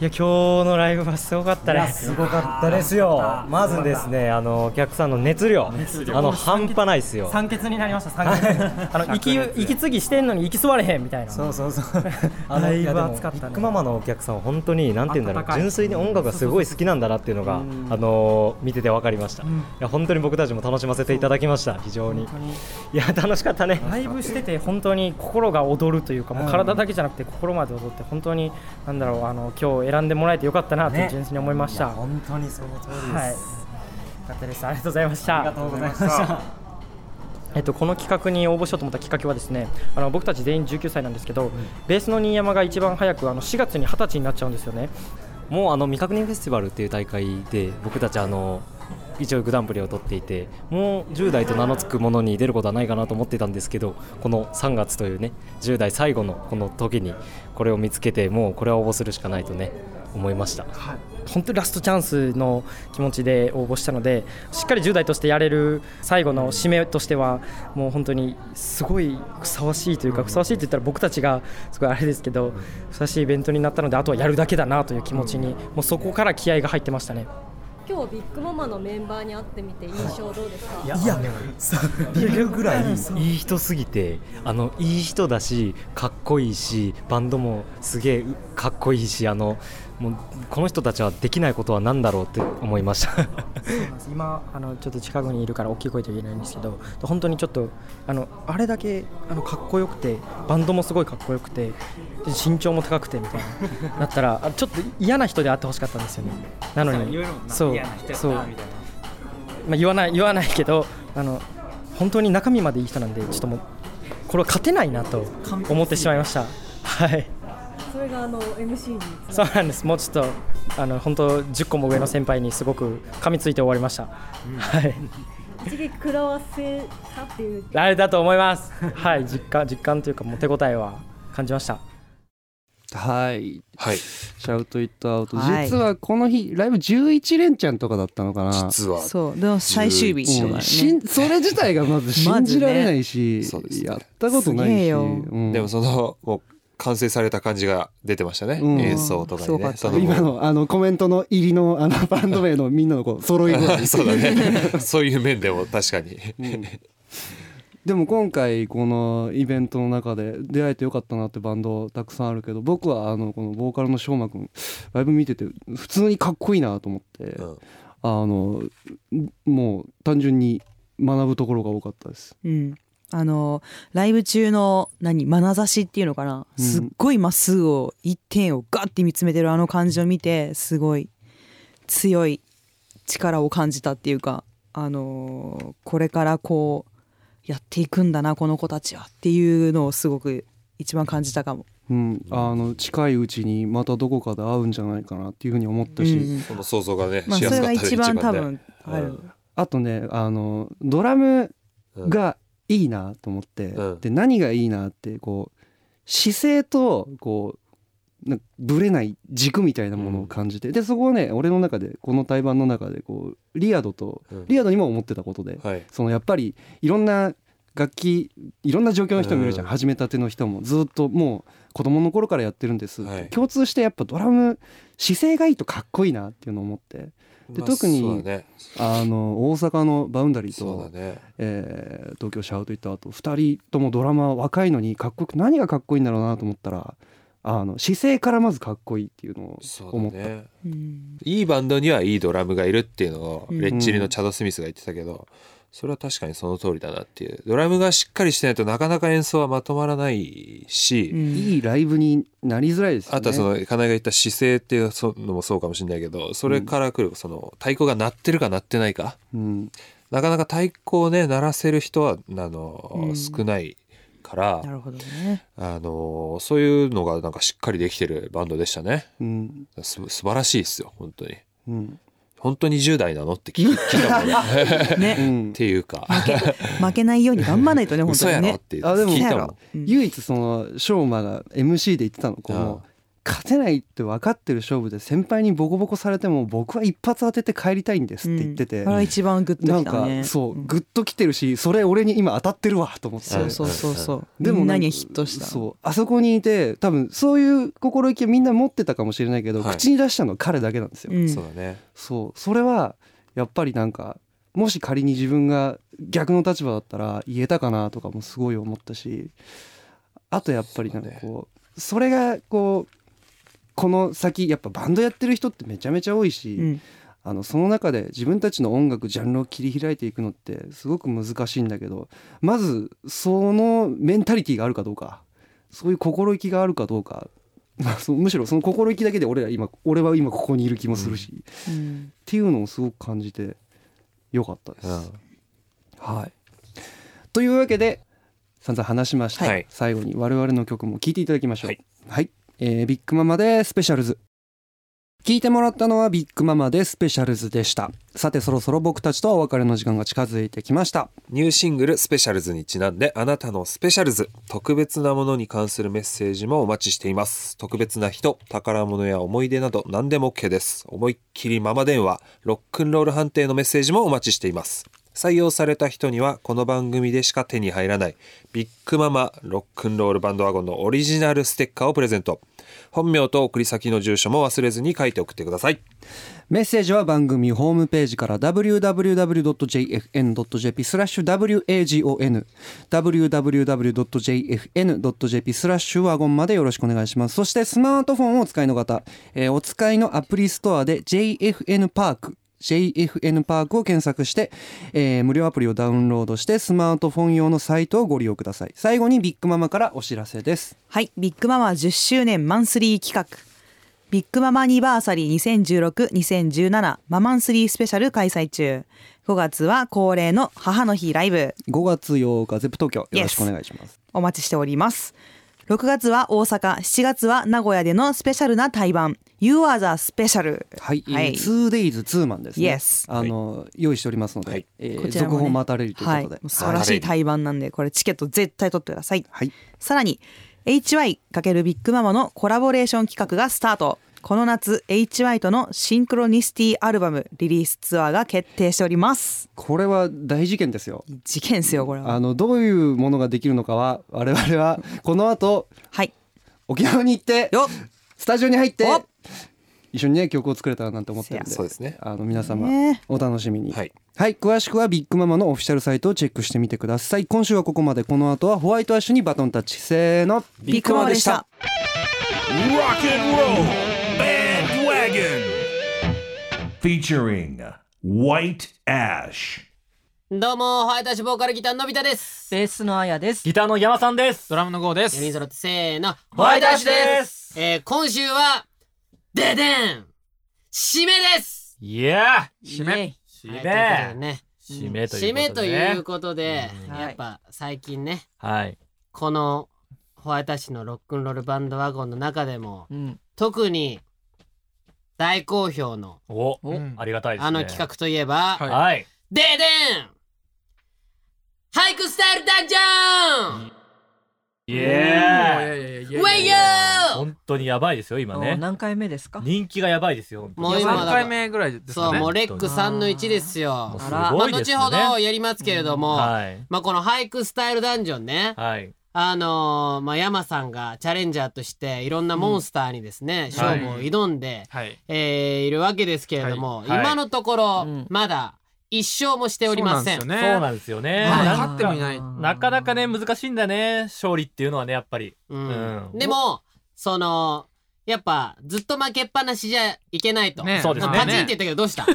Speaker 15: 今日のライブはすごかったね
Speaker 12: すごかったですよまずですねあのお客さんの熱量あの半端ないですよ
Speaker 15: 酸欠になりました酸 欠あの息息継ぎしてんのに息吸われへんみたいなそうそうそう
Speaker 12: あの
Speaker 15: だい
Speaker 12: や
Speaker 15: ぶ
Speaker 12: でも
Speaker 15: 熱かったね
Speaker 12: ビッグママのお客さんは本当になんて言うんだろ
Speaker 15: 温
Speaker 12: う
Speaker 15: かい
Speaker 12: 純粋に音楽がすごい好きなんだなっていうのがあの見てて分かりました、いや本当に僕たちも楽しませていただきました非常にいや楽しかったね
Speaker 15: ライブしてて本当に心が踊るというかもう体だけじゃなくて心まで踊って本当になんだろうあの今日選んでもらえてよかったなって純粋に思いました、
Speaker 12: ねいや本当にその通りです、
Speaker 15: はい、よかったですありがとうございました
Speaker 12: ありがとうございました
Speaker 15: えっと、この企画に応募しようと思ったきっかけはですねあの僕たち全員19歳なんですけど、ベースの新山が一番早くあの4月に20歳になっちゃうんですよね
Speaker 12: もうあの未確認フェスティバルっていう大会で僕たちあの一応グランプリを取っていてもう10代と名の付くものに出ることはないかなと思ってたんですけどこの3月というね10代最後のこの時にこれを見つけてもうこれは応募するしかないとね思いました、
Speaker 15: 本当にラストチャンスの気持ちで応募したのでしっかり10代としてやれる最後の締めとしてはもう本当にすごいふさわしいというかふさわしいと言ったら僕たちがすごいあれですけどふさわしいイベントになったのであとはやるだけだなという気持ちにもうそこから気合が入ってましたね。
Speaker 13: 今日ビッグママのメンバーに会ってみて印象どうですか
Speaker 12: いやいるぐらいいい人すぎてあのいい人だしかっこいいしバンドもすげえかっこいいしあのもうこの人たちはできないことは何だろうって思いました。
Speaker 15: 今あのちょっと近くにいるから大きい声とは言えないんですけど本当にちょっとあのあれだけあのかっこよくてバンドもすごいかっこよくてで身長も高くてみたいななったらあちょっと嫌な人であってほしかったんですよねなのに
Speaker 16: 言えるもんな
Speaker 15: そう
Speaker 16: 嫌な人やな
Speaker 15: そう、ま
Speaker 16: みたいな
Speaker 15: あ、言わない言わないけどあの本当に中身までいい人なんでちょっともうこれは勝てないなと思ってしまいましたはい
Speaker 13: それがあの MC に
Speaker 15: そうなんですもうちょっとあの本当10個も上の先輩にすごく噛みついて終わりました、はい
Speaker 13: 一撃食らわせたっていう
Speaker 15: あれだと思います。はい、実感実感というかもう手応えは感じました。
Speaker 10: はい、
Speaker 7: はい、
Speaker 10: シャウトイットアウト、
Speaker 8: はい
Speaker 10: 実はこの日ライブ11連チャンとかだったのかな
Speaker 7: 実は
Speaker 8: そうでも最終日とかね
Speaker 10: それ自体がまず信じられないし、やったことないし
Speaker 7: でもそのもう完成された感じが出てましたね、
Speaker 10: うん
Speaker 7: 演奏とかにね。その
Speaker 10: 今のあのコメントの入りのあのバンド名のみんなのこう揃い 具合
Speaker 7: そうだね。 そういう面でも確かに。
Speaker 10: でも今回このイベントの中で出会えてよかったなってバンドたくさんあるけど僕はあのこのボーカルの翔真君ライブ見てて普通にかっこいいなと思って、あのもう単純に学ぶところが多かったです。
Speaker 8: うんあのライブ中の何眼差しっていうのかな、
Speaker 10: うん
Speaker 8: すっごいまっすぐを一点をガッて見つめてるあの感じを見てすごい強い力を感じたっていうかあのこれからこうやっていくんだなこの子たちはっていうのをすごく一番感じたかも。
Speaker 10: うん、あの近いうちにまたどこかで会うんじゃないかなっていうふうに思ったし、
Speaker 8: うん
Speaker 7: その想像がね、
Speaker 8: まあ
Speaker 7: しやすかったね
Speaker 8: それが一番多分
Speaker 7: ね
Speaker 8: ある
Speaker 10: あとねあのドラムがいいなと思って、で何がいいなってこう姿勢とこうなんかブレない軸みたいなものを感じて、でそこはね俺の中でこの対バンの中でこうリアドと、リアドにも思ってたことで、そのやっぱりいろんな楽器いろんな状況の人もいるじゃん、始めたての人もずっともう子供の頃からやってるんです、共通してやっぱドラム姿勢がいいとかっこいいなっていうのを思ってで
Speaker 7: まあ
Speaker 10: 特
Speaker 7: そう
Speaker 10: に、
Speaker 7: だね
Speaker 10: あの大阪のバウンダリー
Speaker 7: そ
Speaker 10: と
Speaker 7: う、だね。
Speaker 10: えー東京シャウト行った後2人ともドラマは若いのにかっこよく何がかっこいいんだろうなと思ったらあの姿勢からまずかっこいいっていうのを思った。
Speaker 7: ねいいバンドにはいいドラムがいるっていうのを
Speaker 10: うん
Speaker 7: レッチリのチャド・スミスが言ってたけど、それは確かにその通りだなっていうドラムがしっかりしてないとなかなか演奏はまとまらないし、
Speaker 10: いいライブになりづらいですよね
Speaker 7: あとはその金井が言った姿勢っていうのもそうかもしれないけどそれからくるその太鼓が鳴ってるか鳴ってないか、
Speaker 10: うん
Speaker 7: なかなか太鼓をね鳴らせる人はあの、
Speaker 10: うん
Speaker 7: 少ないから
Speaker 8: なるほどね
Speaker 7: あのそういうのがなんかしっかりできてるバンドでしたね、
Speaker 10: うん
Speaker 7: す素晴らしいですよ本当に
Speaker 10: うん
Speaker 7: 本当に10代なのって聞き聞いたもん
Speaker 8: ね
Speaker 7: ねって いうか
Speaker 8: 負けないように頑張らないとね本当にね
Speaker 10: あでも
Speaker 8: 嘘やろ
Speaker 10: 唯一そのショーマが MC で言ってたのこの勝てないって分かってる勝負で先輩にボコボコされても僕は一発当てて帰りたいんですって言ってて、
Speaker 8: うんそれは一番グッときたね
Speaker 10: なんかそう、グッときてるしそれ俺に今当たってるわと思って
Speaker 8: そうそうそうそう
Speaker 10: でも
Speaker 8: みん
Speaker 10: な
Speaker 8: なん
Speaker 10: か
Speaker 8: にヒットした
Speaker 10: そうあそこにいて多分そういう心意気はみんな持ってたかもしれないけど、口に出したのは彼だけなんですよ、
Speaker 7: うんそうだね
Speaker 10: そうそれはやっぱりなんかもし仮に自分が逆の立場だったら言えたかなとかもすごい思ったしあとやっぱりなんかこうそれがこうこの先やっぱバンドやってる人ってめちゃめちゃ多いし、あのその中で自分たちの音楽ジャンルを切り開いていくのってすごく難しいんだけどまずそのメンタリティーがあるかどうかそういう心意気があるかどうか、 まあ、そむしろその心意気だけで俺ら今俺は今ここにいる気もするし、
Speaker 8: うん
Speaker 10: っていうのをすごく感じてよかったです。はいというわけで散々話しました、最後に我々の曲も聴いていただきましょう。はい、えービッグママでスペシャルズ聞いてもらったのはビッグママでスペシャルズでしたさてそろそろ僕たちとはお別れの時間が近づいてきました
Speaker 7: ニューシングル「スペシャルズ」にちなんであなたのスペシャルズ特別なものに関するメッセージもお待ちしています特別な人宝物や思い出など何でも OK です思いっきりママ電話ロックンロール判定のメッセージもお待ちしています採用された人にはこの番組でしか手に入らないビッグママロックンロールバンドワゴンのオリジナルステッカーをプレゼント本名と送り先の住所も忘れずに書いて送ってください
Speaker 10: メッセージは番組ホームページから www.jfn.jp スラッシュ wagon www.jfn.jp スラッシュワゴンまでよろしくお願いしますそしてスマートフォンをお使いの方、えーお使いのアプリストアで JFN パーク JFN パークを検索して、えー無料アプリをダウンロードしてスマートフォン用のサイトをご利用ください最後にビッグママからお知らせです
Speaker 8: はい、ビッグママ10周年マンスリー企画。ビッグママアニバーサリー2016-2017ママンスリースペシャル開催中。5月は恒例の母の日ライブ。
Speaker 10: 5月8日ゼップ東京よろしくお願いします
Speaker 8: お待ちしております。6月は大阪、7月は名古屋でのスペシャルな対バン。You are the special。
Speaker 10: はい、
Speaker 8: は
Speaker 10: え
Speaker 8: い
Speaker 10: ー 2days ツーマンですね。
Speaker 8: Yes
Speaker 10: あの、用意しておりますので、えー
Speaker 8: こちらも
Speaker 10: 続
Speaker 8: ね
Speaker 10: 報待たれるということで、
Speaker 8: はい、素晴らしい対バンなんでこれチケット絶対取ってください、さらに HY× ビッグママのコラボレーション企画がスタートこの夏 HY とのシンクロニシティアルバムリリースツアーが決定しております
Speaker 10: これは大事件ですよ。
Speaker 8: 事件ですよこれは
Speaker 10: あのどういうものができるのかは我々 はこの後、
Speaker 8: はい、
Speaker 10: 沖縄に行ってスタジオに入って
Speaker 8: お
Speaker 10: 一緒にね曲を作れたらなと思ってるんで
Speaker 7: そうですね
Speaker 10: あの皆様
Speaker 7: ね
Speaker 10: お楽しみに、
Speaker 7: はい
Speaker 10: 詳しくはビッグママのオフィシャルサイトをチェックしてみてください今週はここまでこの後はホワイトアッシュにバトンタッチせーの
Speaker 8: ビッグママでした
Speaker 3: Rock and Roll Bandwagon featuring White Ash.
Speaker 16: どうも、ホワイトアッシュボーカルギターのび太です。ベースのあやです。ギターの山さんです。ドラムのゴーです。4人揃ってせーの、ホワイトアッシュです。えー、今週は、ででん締めです
Speaker 9: いや
Speaker 16: 締め
Speaker 9: 締め
Speaker 16: 締
Speaker 9: 締めということでね
Speaker 16: 締めということで、やっぱ最近ね、
Speaker 9: はい
Speaker 16: このホワイトアッシュのロックンロールバンドワゴンの中でも、特に大好評の
Speaker 9: おありがたいですね
Speaker 16: あの企画といえば、
Speaker 9: はい
Speaker 16: ででん俳句スタイルダンジョン
Speaker 9: いや
Speaker 16: うん
Speaker 9: ー
Speaker 16: ウェイヨー
Speaker 9: 本当にやばいですよ今ね
Speaker 16: 何回目ですか
Speaker 9: 人気がやばいですよ
Speaker 16: もう今だから
Speaker 9: ぐらいです
Speaker 16: そう、もうレック3の1ですよ。
Speaker 9: すごいですね
Speaker 16: まあ、後ほどやりますけれども、
Speaker 9: はい
Speaker 16: まあ、この俳句スタイルダンジョンね、
Speaker 9: はい
Speaker 16: あのーまあ、山さんがチャレンジャーとして、いろんなモンスターにですね、勝負を挑んで、
Speaker 9: はい
Speaker 16: えーいるわけですけれども、
Speaker 9: はいはい
Speaker 16: 今のところ、まだ一勝もしておりません。
Speaker 9: そうなんですよね
Speaker 16: はい
Speaker 9: 勝ってもいないなかなかね難しいんだね勝利っていうのはねやっぱりうん
Speaker 16: でもそのやっぱ、ずっと負けっぱなしじゃいけないと。
Speaker 17: ねそうですね
Speaker 16: まあパチンって言ったけど、どうした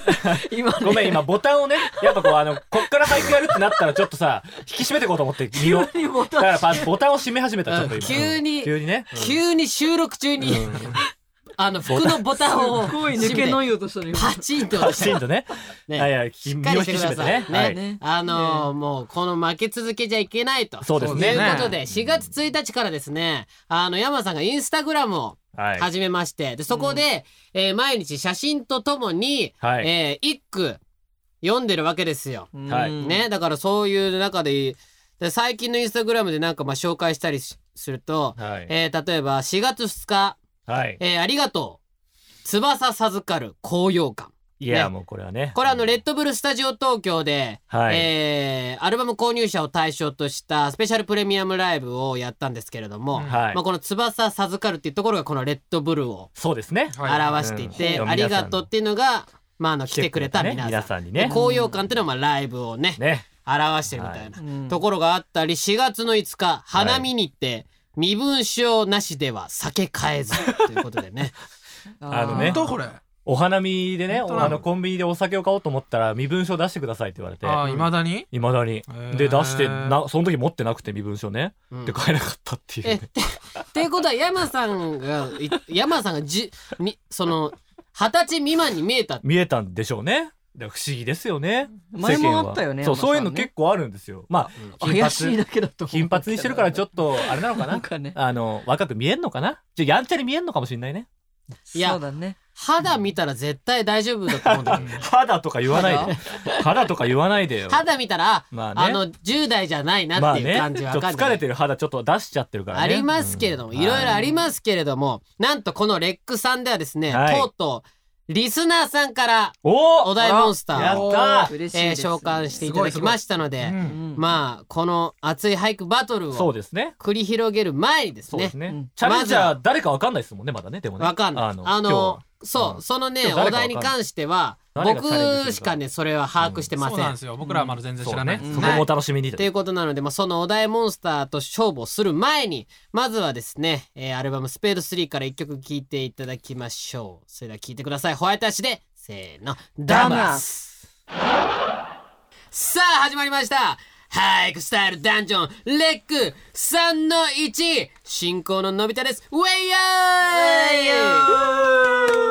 Speaker 17: ごめん、今、ボタンをね、やっぱこう、あの、こっから俳句やるってなったら、ちょっと さ、引き締めていこうと思って、身を。だからパ、ボタンを締め始めた、ちょっと今。
Speaker 16: 急に、
Speaker 17: 急にね。うん
Speaker 16: 急に収録中に、あの、服のボタンを、
Speaker 17: すごい抜けの
Speaker 16: いようとしたね。パチンと。
Speaker 17: パチンとね。
Speaker 16: ね
Speaker 17: はいはい、身
Speaker 16: しっ
Speaker 17: を引
Speaker 16: か
Speaker 17: き
Speaker 16: りしてく
Speaker 17: 締
Speaker 16: だ
Speaker 17: めて
Speaker 16: さい。
Speaker 17: ね。は
Speaker 16: ね
Speaker 17: い。
Speaker 16: あのーもう、この負け続けちゃいけないと。
Speaker 17: そうですね
Speaker 16: ということで、4月1日からですね、あの、山さんがインスタグラムを、
Speaker 17: はい
Speaker 16: 始めまして、で、そこで、えー毎日写真とともに、
Speaker 17: はい
Speaker 16: えー一句読んでるわけですよ。
Speaker 17: はい
Speaker 16: ね、だからそういう中で、で最近のインスタグラムでなんかまあ紹介したりしすると、
Speaker 17: はい
Speaker 16: えー例えば4月2日、
Speaker 17: はい。
Speaker 16: えーありがとう、翼授かる高揚感。
Speaker 17: いや、
Speaker 16: ね
Speaker 17: もうこれはね。
Speaker 16: これあのレッドブルスタジオ東京で、
Speaker 17: はい
Speaker 16: えーアルバム購入者を対象としたスペシャルプレミアムライブをやったんですけれども、
Speaker 17: はい
Speaker 16: まあ、この「翼授かる」っていうところがこのレッドブルを
Speaker 17: そうですね。
Speaker 16: 表していて「
Speaker 17: うん
Speaker 16: ありがとう」っていうのが、まあ、あの来てくれた皆さん,、
Speaker 17: 皆さんにね
Speaker 16: で高揚感っていうのはまあライブをね表してるみたいな、ところがあったり4月の5日花見に行って、身分証なしでは酒買えずということで ね
Speaker 17: あのね。
Speaker 16: 本当これ
Speaker 17: お花見でね、
Speaker 16: 本当なの
Speaker 17: あのコンビニでお酒を買おうと思ったら身分証出してくださいって言われて。
Speaker 16: あー
Speaker 17: 未
Speaker 16: 未だに
Speaker 17: 未だに。で、
Speaker 16: へー
Speaker 17: 出して、な、その時持ってなくて身分証ね。
Speaker 16: うん
Speaker 17: で、買えなかったっていう
Speaker 16: えっ
Speaker 17: ね。
Speaker 16: てっていうことは山さんがい山さんがじにその二十歳未満に見えた
Speaker 17: 見えたんでしょうね。だから不思議ですよね。
Speaker 16: 前もあったよね
Speaker 17: 世間はそ
Speaker 16: 山さん
Speaker 17: う、
Speaker 16: ね
Speaker 17: そういうの結構あるんですよ。まあ、
Speaker 18: うん
Speaker 17: 金髪
Speaker 18: 怪しいだけだと思うけど
Speaker 17: 金髪にしてるからちょっと、あれなのかな。あの、若く見えんのかな。じゃあ、やんちゃに見えんのかもしれないね。
Speaker 16: いや肌見たら絶対大丈夫だと思うんだけど
Speaker 17: 肌とか言わないで。 肌とか言わない でよ。
Speaker 16: 肌見たら、
Speaker 17: ま
Speaker 16: あ
Speaker 17: あね
Speaker 16: の10代じゃないなっ
Speaker 17: まあ
Speaker 16: ていう
Speaker 17: ね、
Speaker 16: 感じ
Speaker 17: ちょ
Speaker 16: は
Speaker 17: っ
Speaker 16: 分
Speaker 17: と
Speaker 16: かんない、
Speaker 17: 疲れてる肌ちょっと出しちゃってるからね。
Speaker 16: ありますけれども、いろいろありますけれども、なんとこのレックさんではですね、
Speaker 17: はい
Speaker 16: とうとうリスナーさんから
Speaker 17: お
Speaker 16: 題モンスターを
Speaker 17: やったー
Speaker 16: え
Speaker 17: 嬉しい
Speaker 16: ー
Speaker 17: です
Speaker 16: 召喚していただきましたので、まあこの熱い俳句バトルを
Speaker 17: そうですね
Speaker 16: 繰り広げる前にです
Speaker 17: そう
Speaker 16: ね
Speaker 17: ですね。チャレンジ
Speaker 16: ま
Speaker 17: ャ
Speaker 16: ず
Speaker 17: ー誰かわかんないですもんね、まだね。でもね。
Speaker 16: はわかんないあの
Speaker 17: 今日は
Speaker 16: そう、その
Speaker 17: 今
Speaker 16: ね
Speaker 17: 日誰
Speaker 16: お
Speaker 17: かわか
Speaker 16: 題
Speaker 17: んない
Speaker 16: に関しては
Speaker 17: 誰がチャレンジするか
Speaker 16: 僕しかねそれは把握してません、
Speaker 17: うんそうなんですよ僕らはまだ全然知らね
Speaker 16: うん
Speaker 17: そこもお楽しみに
Speaker 16: はいということなので、まあ、そのお題モンスターと勝負をする前にまずはですね、えーアルバム「スペード3」から1曲聴いていただきましょうそれでは聴いてくださいホワイトアッシュでせーのダマスさあ始まりました俳句スタイルダンジョンレック3の1進行ののび太ですウェイヨーイ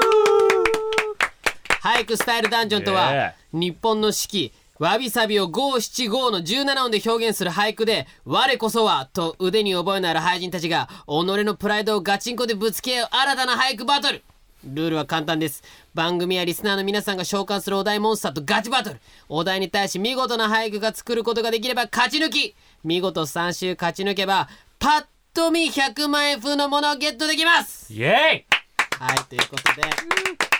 Speaker 16: 俳句スタイルダンジョンと
Speaker 17: イ
Speaker 16: は
Speaker 17: エ
Speaker 16: 日本の四季わびさびを五七五の17音で表現する俳句で「我こそは」と腕に覚えのある俳人たちが己のプライドをガチンコでぶつけ合う新たな俳句バトルルールは簡単です番組やリスナーの皆さんが召喚するお題モンスターとガチバトルお題に対し見事な俳句が作ることができれば勝ち抜き見事3周勝ち抜けばパッと見100万円風のものをゲットできます
Speaker 17: イエ
Speaker 16: はい、ということで。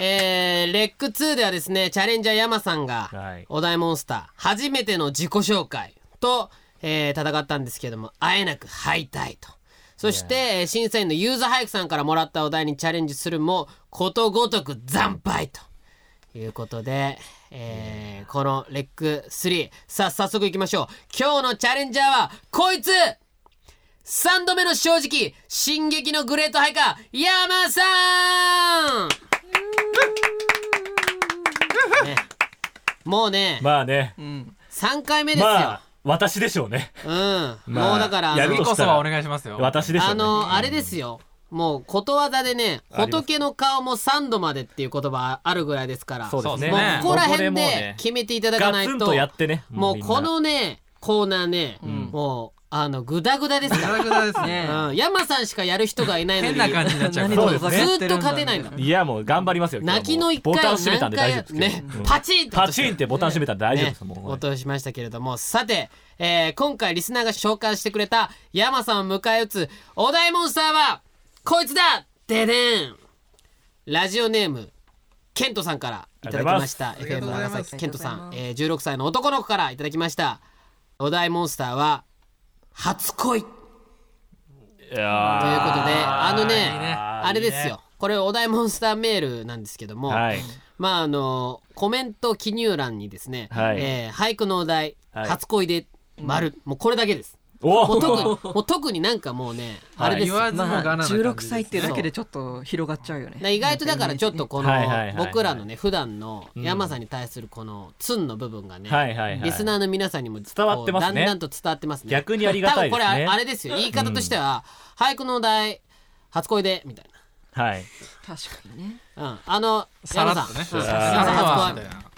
Speaker 16: えー、レック2ではですねチャレンジャー山さんがお題モンスター初めての自己紹介と、えー戦ったんですけどもあえなく敗退とそして、えー審査員のユーザーハイクさんからもらったお題にチャレンジするもことごとく惨敗ということで、えーこのレック3さあ早速いきましょう今日のチャレンジャーはこいつ3度目の正直「進撃のグレートハイカー」山さんねもうね
Speaker 17: まあね。
Speaker 16: 3回目ですよ、
Speaker 17: まあ、私でしょうね。
Speaker 16: うん、
Speaker 17: まあ
Speaker 16: もうだからあの
Speaker 17: やるとしたら次こそはお願いしますよ私ですよね
Speaker 16: あのあれですよもうことわざでね
Speaker 17: あります
Speaker 16: 仏の顔も3度までっていう言葉あるぐらいですから
Speaker 17: そうですね
Speaker 16: も
Speaker 17: ね
Speaker 16: ここら
Speaker 17: ここで
Speaker 16: 辺
Speaker 17: もう
Speaker 16: で
Speaker 17: ね
Speaker 16: 決めていただかない
Speaker 17: ガツ
Speaker 16: と
Speaker 17: ンとやってね
Speaker 16: もう
Speaker 17: みんな
Speaker 16: このねコーナーね、もうあのグダグダですからグダグダですね、うん、山さんしかやる人がいないのに
Speaker 17: そうですね
Speaker 16: ずっと勝てないんだ
Speaker 17: いや、もう頑張りますよ。今日はもう
Speaker 16: 泣きの一回を
Speaker 17: ボタン閉めたんで大丈夫です
Speaker 16: 何回
Speaker 17: けど。うん
Speaker 16: パチンと
Speaker 17: パチンってボタン閉めたんで大丈夫です。
Speaker 16: ね
Speaker 17: もう
Speaker 16: 音をしましたけれどもさて、えー今回リスナーが紹介してくれた山さんを迎え撃つお題モンスターはこいつだででんラジオネームケントさんからいただきました
Speaker 17: ありがとう
Speaker 16: FM
Speaker 17: ござい
Speaker 16: 長
Speaker 17: ます
Speaker 16: 崎ケントさん、えー16歳の男の子からいただきましたお題モンスターは初恋
Speaker 17: ということで、
Speaker 16: ということであ
Speaker 17: あ
Speaker 16: のねあれですよ。これお題モンスターメールなんですけども、
Speaker 17: はい
Speaker 16: まああのコメント記入欄にですね、
Speaker 17: はい
Speaker 16: えー俳句のお題「
Speaker 17: はい
Speaker 16: 初恋で丸、もうこれだけです。
Speaker 17: お
Speaker 16: もう特にもう特になんかもうね、
Speaker 18: はい
Speaker 16: あれですよ
Speaker 18: 言わずもがなな感じです
Speaker 16: まあ
Speaker 18: 16歳っていうだけでちょっと広がっちゃうよね
Speaker 16: な意外とだからちょっとこの
Speaker 18: はいはいはいはい
Speaker 16: 僕らのね普段の山さんに対するこのツンの部分がね
Speaker 17: はいはいはい
Speaker 16: リスナーの皆さんにも伝
Speaker 17: わってますね
Speaker 16: だんだんと伝わってますね
Speaker 17: 逆にありがたいで
Speaker 16: 多
Speaker 17: すね
Speaker 16: 分これあれですよ言い方としては俳句のお題初恋でみたい
Speaker 17: はい
Speaker 18: 確かにね
Speaker 16: なうんあの
Speaker 18: さら
Speaker 16: 山
Speaker 18: っ
Speaker 16: さ
Speaker 18: と
Speaker 16: んう
Speaker 18: ね
Speaker 16: ん
Speaker 18: さらっ
Speaker 16: 初
Speaker 18: と
Speaker 16: 恋みたいな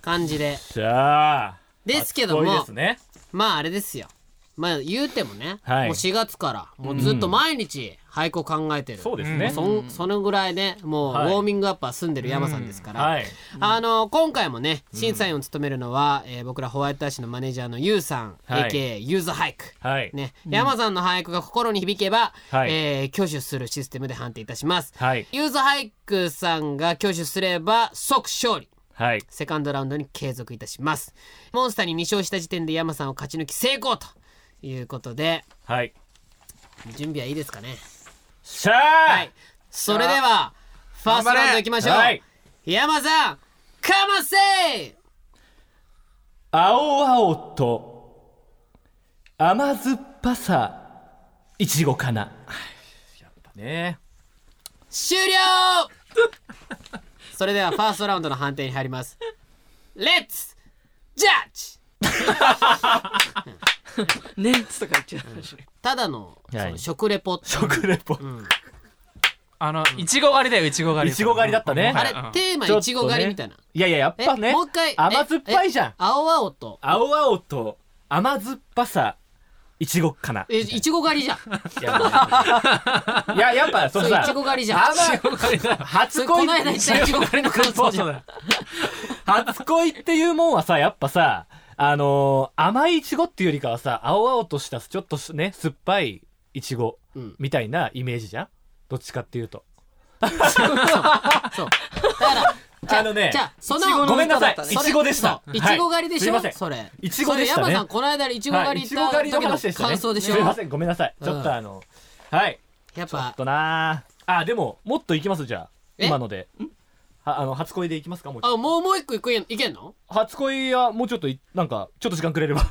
Speaker 16: 感じで
Speaker 17: じゃあ
Speaker 16: ですけど
Speaker 17: 初恋
Speaker 16: も
Speaker 17: ですね
Speaker 16: まああれですよまあ言うてもね、
Speaker 17: はい
Speaker 16: もう4月からもうずっと毎日俳句を考えてる、そう
Speaker 17: ですね
Speaker 16: そんそのぐらいねもうウ
Speaker 17: はい
Speaker 16: ォーミングアップは済んでる山さんですから、
Speaker 17: うんはい
Speaker 16: あの今回もね審査員を務めるのは、えー僕らホワイトアッシュのマネージャーのユウさん、
Speaker 17: はい
Speaker 16: AKA ユーズ俳句、
Speaker 17: はい
Speaker 16: ね山さんの俳句が心に響けば、
Speaker 17: はい
Speaker 16: えー挙手するシステムで判定いたします、
Speaker 17: はい
Speaker 16: ユーズ俳句さんが挙手すれば即勝利
Speaker 17: はい
Speaker 16: セカンドラウンドに継続いたしますモンスターに2勝した時点で山さんを勝ち抜き成功ということで
Speaker 17: はい
Speaker 16: 準備はいいですかね
Speaker 17: しゃー、
Speaker 16: はい、それではファーストラウンドいきましょう、
Speaker 17: 頑張れ
Speaker 16: 山さんかませ
Speaker 17: 青々と甘酸っぱさいちごかなね
Speaker 16: 終了 それではファーストラウンドの判定に入りますレッツジャッジ ねっつとか言っちゃうただの
Speaker 18: はい
Speaker 16: その食レポ食レポ、うん
Speaker 18: あのいちご狩りだよいちご狩り
Speaker 17: いちご狩りだったね
Speaker 18: うん
Speaker 17: あれ
Speaker 18: うん
Speaker 16: テーマ
Speaker 17: ちょっとね
Speaker 16: いちご狩りみたいな、
Speaker 17: いやいややっぱ
Speaker 16: え
Speaker 17: ね
Speaker 16: もう一回
Speaker 17: 甘酸っぱいじゃん
Speaker 16: 青々と
Speaker 17: 青々と甘酸っぱさいちごかな
Speaker 16: えいちご狩りじゃん
Speaker 17: いややっぱその
Speaker 16: そう
Speaker 17: さ
Speaker 16: いちご狩りじゃん
Speaker 17: 甘
Speaker 16: いちご狩りだ
Speaker 17: 初
Speaker 16: それこ
Speaker 17: 恋
Speaker 16: の間言ったいちご狩りの感想じゃん
Speaker 17: 初恋っていうもんはさやっぱさあのー甘いいちごっていうよりかはさ青々としたちょっとね酸っぱいいちご
Speaker 16: うん
Speaker 17: みたいなイメージじゃんどっちかっていうとあのね
Speaker 16: じゃあそ
Speaker 17: いちご
Speaker 16: の
Speaker 17: のごめんなさい
Speaker 16: それ
Speaker 17: いちごでした
Speaker 16: そう
Speaker 17: はい
Speaker 16: いちご狩りでしょ、
Speaker 17: すいません
Speaker 16: それ
Speaker 17: いちごでしたね
Speaker 16: それ山さんこの間いちご狩り行った
Speaker 17: はいいちご狩りの
Speaker 16: 時
Speaker 17: 話でしたね
Speaker 16: 感想でしょ、
Speaker 17: すいませんごめんなさいちょっとあの、はい
Speaker 16: やっぱ
Speaker 17: ちょっとなああでももっといきますじゃあ
Speaker 16: え
Speaker 17: 今のではあの初恋でいきますかもう
Speaker 16: あもうもう一個いくんいけんの
Speaker 17: 初恋はもうちょっといなんかちょっと時間くれ れば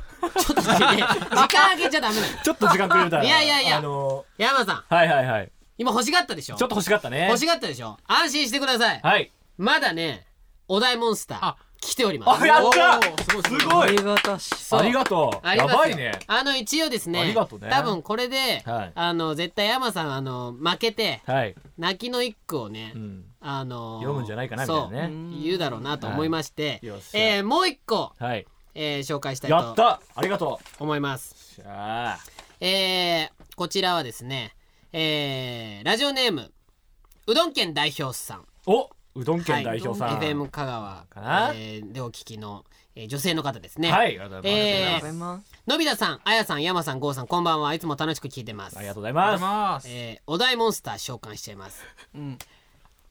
Speaker 16: 時間あげちゃダメだよ
Speaker 17: ちょっと時間くれたら
Speaker 16: いやいやいや、
Speaker 17: あの
Speaker 16: 山さん
Speaker 17: はいはいはい
Speaker 16: 今欲しがったでしょ
Speaker 17: ちょっと欲しかったね
Speaker 16: 欲しがったでしょ安心してください
Speaker 17: はい
Speaker 16: まだねお題モンスター来ております
Speaker 17: あやった
Speaker 16: おーすごいす
Speaker 17: すごい
Speaker 18: ありがたし
Speaker 16: そう
Speaker 17: ありがとう
Speaker 16: あります
Speaker 17: やばいね
Speaker 16: あの一応ですね
Speaker 17: ありがとうね
Speaker 16: 多分これで、
Speaker 17: はい
Speaker 16: あの絶対山さんあの負けて、
Speaker 17: はい
Speaker 16: 泣きの一句をね、あの
Speaker 17: 読むんじゃないかなみたいなね
Speaker 16: そう言うだろうなと思いまして、
Speaker 17: はいよっしゃ
Speaker 16: えーもう一個、
Speaker 17: はい
Speaker 16: えー紹介したいと
Speaker 17: やったありがと
Speaker 16: う思います
Speaker 17: じゃあ
Speaker 16: えーこちらはですね、えーラジオネームうどん県代表さん
Speaker 17: おうどん県代表さん
Speaker 16: はい、FM 香川
Speaker 17: な
Speaker 16: えーでお聞きの、えー女性の方ですね
Speaker 17: はいありがとうございますありがとうござい
Speaker 16: ますのび太さん、あやさん、山さん、ゴーさん、こんばんは。いつも楽しく聞いてます。ありが。
Speaker 17: とうございます
Speaker 16: えーお題モンスター召喚しちゃいます。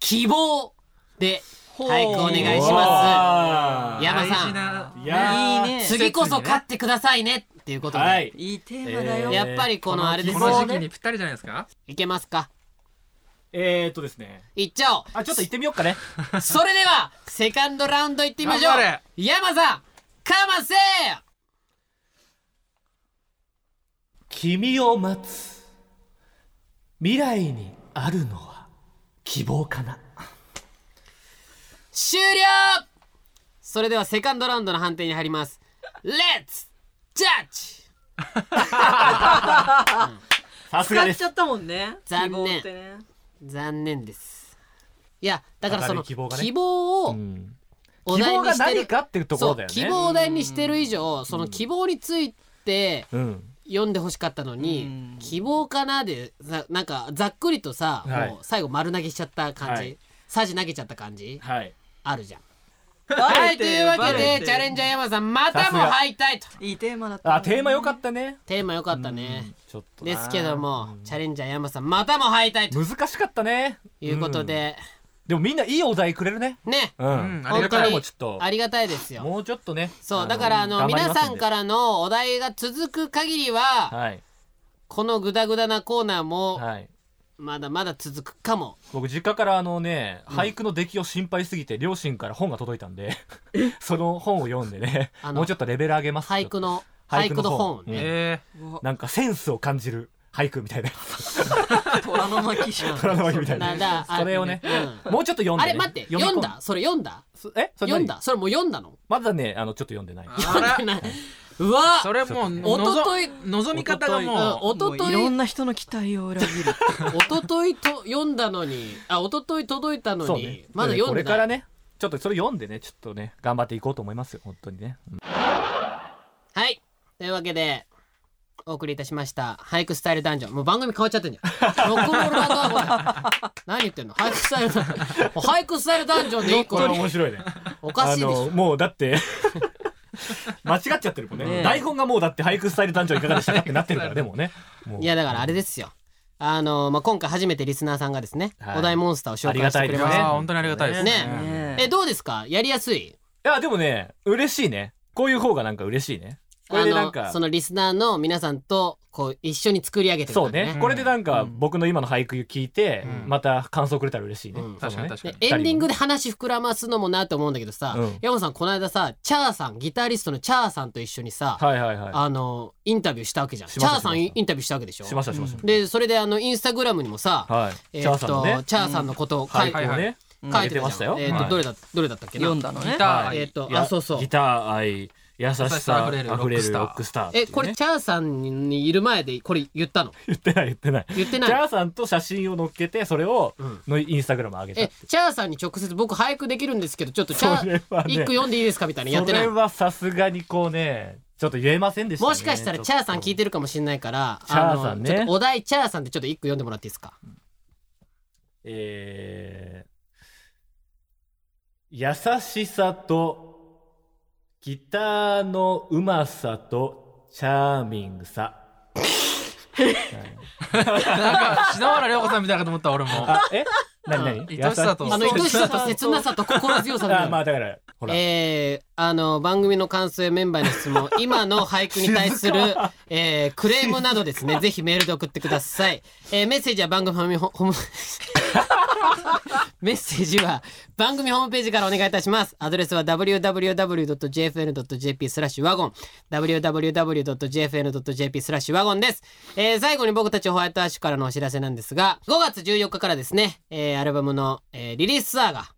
Speaker 16: 希望で俳句お願いしま
Speaker 17: おー
Speaker 16: す。山さ、
Speaker 18: 大事なんいやーいいね
Speaker 16: 次こそ勝ってくださいねっていうことで、
Speaker 17: はい
Speaker 18: いいテーマだよ
Speaker 16: やっぱりこのあれです
Speaker 18: この時期にぴったりじゃないですか
Speaker 16: いけますか？
Speaker 17: えーっとですね
Speaker 16: いっちゃおう。
Speaker 17: あちょっと行ってみようかね
Speaker 16: それではセカンドラウンド行ってみましょう
Speaker 17: 頑張れ。
Speaker 16: 山さん、かませ
Speaker 17: 君を待つ未来にあるのは希望かな
Speaker 16: 終了それではセカンドラウンドの判定に入りますレッツジャッジ
Speaker 17: さすがです
Speaker 18: 使っちゃったもんね
Speaker 16: 残
Speaker 18: 希望
Speaker 16: 念
Speaker 18: ってね
Speaker 16: 残念ですいやだからそ
Speaker 17: 明る
Speaker 16: の
Speaker 17: い希望がね
Speaker 16: 望をお題に
Speaker 17: 希望が
Speaker 16: してる
Speaker 17: 何かっていうところだよね
Speaker 16: そう希望をお題にしてる以上その希望について
Speaker 17: うん
Speaker 16: 読んでほしかったのに希望かなでさなんかざっくりとさ
Speaker 17: はい
Speaker 16: もう最後丸投げしちゃった感
Speaker 17: は
Speaker 16: じ
Speaker 17: い
Speaker 16: サジ投げちゃった感じ
Speaker 17: はい
Speaker 16: あるじゃん
Speaker 18: バ
Speaker 16: は
Speaker 18: レて
Speaker 16: い、と
Speaker 18: る
Speaker 16: いうわけ
Speaker 18: バレて
Speaker 16: で
Speaker 18: る
Speaker 16: チャレンジャー山さんまたも敗退といいテーマだった
Speaker 17: あテーマ良かったね
Speaker 16: テーマ良かったね
Speaker 17: ちょっとな
Speaker 16: ですけどもチャレンジャー山さんまたも敗退と
Speaker 17: 難しかったね
Speaker 16: いうことで
Speaker 17: でもみんないいお題くれるね
Speaker 16: ね
Speaker 17: うん、
Speaker 16: うん
Speaker 17: ありがた
Speaker 16: 本当
Speaker 17: い
Speaker 16: に
Speaker 17: もうちょっと
Speaker 16: ありがたいですよ
Speaker 17: もうちょっとね
Speaker 16: そうだからあの
Speaker 17: 頑張り
Speaker 16: 皆
Speaker 17: ます
Speaker 16: さ
Speaker 17: で
Speaker 16: んからのお題が続く限りは
Speaker 17: はい
Speaker 16: このグダグダなコーナーも
Speaker 17: はい
Speaker 16: まだまだ続くかも
Speaker 17: 僕実家からあのね
Speaker 16: うん
Speaker 17: 俳句の出来を心配すぎて両親から本が届いたんで その本を読んでね
Speaker 16: あの
Speaker 17: もうちょっとレベル上げます
Speaker 16: 俳句の俳句の本ね
Speaker 17: ね
Speaker 16: うん
Speaker 17: なんかセンスを感じる俳句みたいな
Speaker 16: 虎の巻
Speaker 17: 虎の巻みたいな
Speaker 16: なんだあ
Speaker 17: それをね
Speaker 16: うん
Speaker 17: もうちょっと読んでね
Speaker 16: あれ待って
Speaker 17: 読み込む
Speaker 16: 読んだそれ読んだ
Speaker 17: えそれ何
Speaker 16: 読んだそれもう読んだの
Speaker 17: まだねあのちょっと読んでないう
Speaker 16: わ
Speaker 18: それもうの
Speaker 16: おととい
Speaker 18: 望み方がもう
Speaker 16: おと
Speaker 18: も
Speaker 16: と
Speaker 18: う
Speaker 16: い
Speaker 18: いろんな
Speaker 16: 人の期待を裏切るおとといと読んだのにあおととい届いたの
Speaker 17: そう
Speaker 16: に、
Speaker 17: ね
Speaker 16: まだ読ん
Speaker 17: こ
Speaker 16: で
Speaker 17: れ
Speaker 16: ない
Speaker 17: からねちょっとそれ読んでねちょっとね頑張っていこうと思いますよ本当にね、うん
Speaker 16: はいというわけでお送りいたしました俳句スタイルダンジョンもう番組変わっちゃってんじゃん ロックンロールバンドはこれ何言ってんの俳句スタイルダンジョンもう俳句スタイルダンジョ ンでいい
Speaker 17: これ 面白いね
Speaker 16: おかしいでし
Speaker 17: あ
Speaker 16: ょ
Speaker 17: のもうだって 間違っちゃってるもんね
Speaker 16: ねえ
Speaker 17: 台本がもうだって俳句スタイル団長いかがでしたかってなって るからでもねもう
Speaker 16: いやだからあれですよあのまあ、今回初めてリスナーさんがですね、お題モンスターを紹介してくれま
Speaker 17: ありがたいです
Speaker 16: し
Speaker 17: ね
Speaker 16: た
Speaker 17: あー本当にありがたいですね
Speaker 16: ねえどうですかやりやすい
Speaker 17: いやでもね嬉しいねこういう方がなんか嬉しいねこれ
Speaker 16: あ
Speaker 17: でなん
Speaker 16: の
Speaker 17: か
Speaker 16: そのリスナーの皆さんとこう一緒に作り上げてる
Speaker 17: そ
Speaker 16: 感
Speaker 17: う
Speaker 16: じね
Speaker 17: ねこれでなんか僕の今の俳句聞いてまた感想くれたら嬉しいね確かに確
Speaker 16: エンディングで話膨らますのもなって思うんだけどさ、
Speaker 17: うん
Speaker 16: 山本さんこの間さチャーさんギタリストのチャーさんと一緒にさ、
Speaker 17: はいはいはい
Speaker 16: あのインタビューしたわけじゃん
Speaker 17: しました
Speaker 16: チャーさんインタビューしたわけでしょ
Speaker 17: しましたしました
Speaker 16: でそれであのインスタグラムにもさ、
Speaker 17: はい
Speaker 16: え
Speaker 17: チャ
Speaker 16: ーっ
Speaker 17: ーさんの
Speaker 16: と
Speaker 17: ね
Speaker 16: チャーさんのことを書いて,、
Speaker 17: はいはいはいうん
Speaker 16: 書い
Speaker 17: 上げ
Speaker 16: て
Speaker 17: て
Speaker 16: た
Speaker 17: ま
Speaker 16: じ
Speaker 17: した
Speaker 16: ゃ
Speaker 17: よ
Speaker 16: んえーっと
Speaker 17: はい
Speaker 16: どれだどれだったっけな
Speaker 17: 読んだのね
Speaker 16: ギター
Speaker 17: はい
Speaker 16: えーっと
Speaker 17: いや
Speaker 16: あそうそう
Speaker 17: ギター愛優しさあ
Speaker 16: あ
Speaker 17: ふ
Speaker 16: ふ
Speaker 17: れ
Speaker 16: れ
Speaker 17: る
Speaker 16: る
Speaker 17: ロ
Speaker 16: ロ
Speaker 17: ッ
Speaker 16: ッ
Speaker 17: クスター
Speaker 16: えこれチャーさんにいる前でこれ言ったの
Speaker 17: 言ってない言ってない
Speaker 16: 言ってない
Speaker 17: チャーさんと写真を載っけてそれをのインスタグラム上げた
Speaker 16: えチャーさんに直接僕俳句できるんですけどちょっとチャ
Speaker 17: そ
Speaker 16: ー
Speaker 17: れはね
Speaker 16: 一句読んでいいですかみたいなのやってない
Speaker 17: それはさすがにこうねちょっと言えませんでしたね
Speaker 16: もしかしたらチャーさん聞いてるかもしれないから
Speaker 17: チャーさんね
Speaker 16: あのちょっとお題チャーさんでちょっと一句読んでもらっていいですか
Speaker 17: えー優しさとギターのうまさとチャーミングさ。
Speaker 18: なんか篠原涼子さんみたいかと思った俺も
Speaker 17: え何何
Speaker 18: 愛しさと
Speaker 16: あの愛しさと切なさと心強さみたいな
Speaker 17: あまあだからほら
Speaker 16: えー、あの番組の感想やメンバーの質 問今の俳句に対する
Speaker 17: 静、
Speaker 16: えー、クレームなどですねぜひメールで送ってください、えー、メッセージは番組ホームホーム メッセージは番組ホームページからお願いいたしますアドレスは www.jfn.jp スラッシュワゴン www.jfn.jp スラッシュワゴンです、えー、最後に僕たちホワイトアッシュからのお知らせなんですが5月14日からですね、えー、アルバムの、えー、リリースツアーが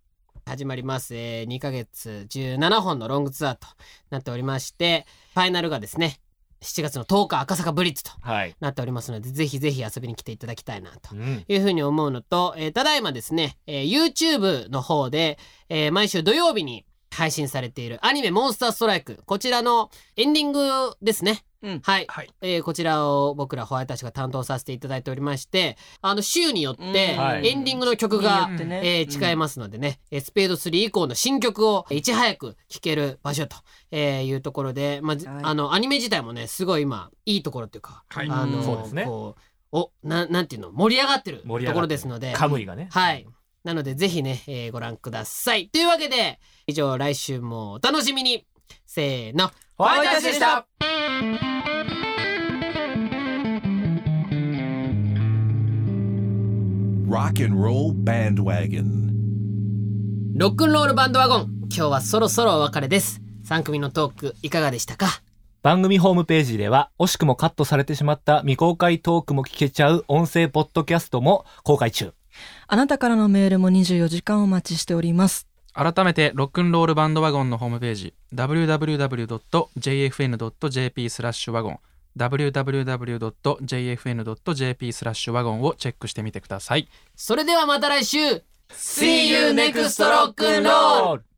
Speaker 16: 始まります、え2ヶ月17本のロングツアーとなっておりましてファイナルがですね7月の10日赤坂ブリッツと
Speaker 17: はい
Speaker 16: なっておりますのでぜひぜひ遊びに来ていただきたいなと
Speaker 17: うん
Speaker 16: いうふうに思うのと、えーただいまですね、えー YouTube の方で、えー毎週土曜日に配信されているアニメ「モンスターストライク」こちらのエンディングですね、はい、えーこちらを僕らホワイトアッシュが担当させていただいておりましてあの週によって
Speaker 8: はい
Speaker 16: エンディングの曲が、
Speaker 8: によってね
Speaker 16: えー違いますのでね、えースペード3以降の新曲をいち早く聴ける場所と、えーいうところで、まあずあのアニメ自体もねすごい今いいところっていうか、
Speaker 17: はい
Speaker 16: あの
Speaker 17: そうですね
Speaker 16: こうおななんていうの盛り上がってると
Speaker 17: 盛り上がってる
Speaker 16: ころですので
Speaker 17: カムイがね
Speaker 16: はいなのでぜひね、えーご覧くださいというわけで以上来週もお楽しみにせーの
Speaker 18: ホワイトアッシュでした
Speaker 3: ロックンロールバンドワゴン
Speaker 16: ロックンロールバンドワゴン今日はそろそろお別れです3組のトークいかがでしたか
Speaker 17: 番組ホームページでは惜しくもカットされてしまった未公開トークも聞けちゃう音声ポッドキャストも公開中
Speaker 19: あなたからのメールも24時間お待ちしております。
Speaker 18: 改めてロックンロールバンドワゴンのホームページ www.jfn.jp スラッシュワゴン www.jfn.jp スラッシュワゴンをチェックしてみてください
Speaker 16: それではまた来週
Speaker 18: See you next rock and roll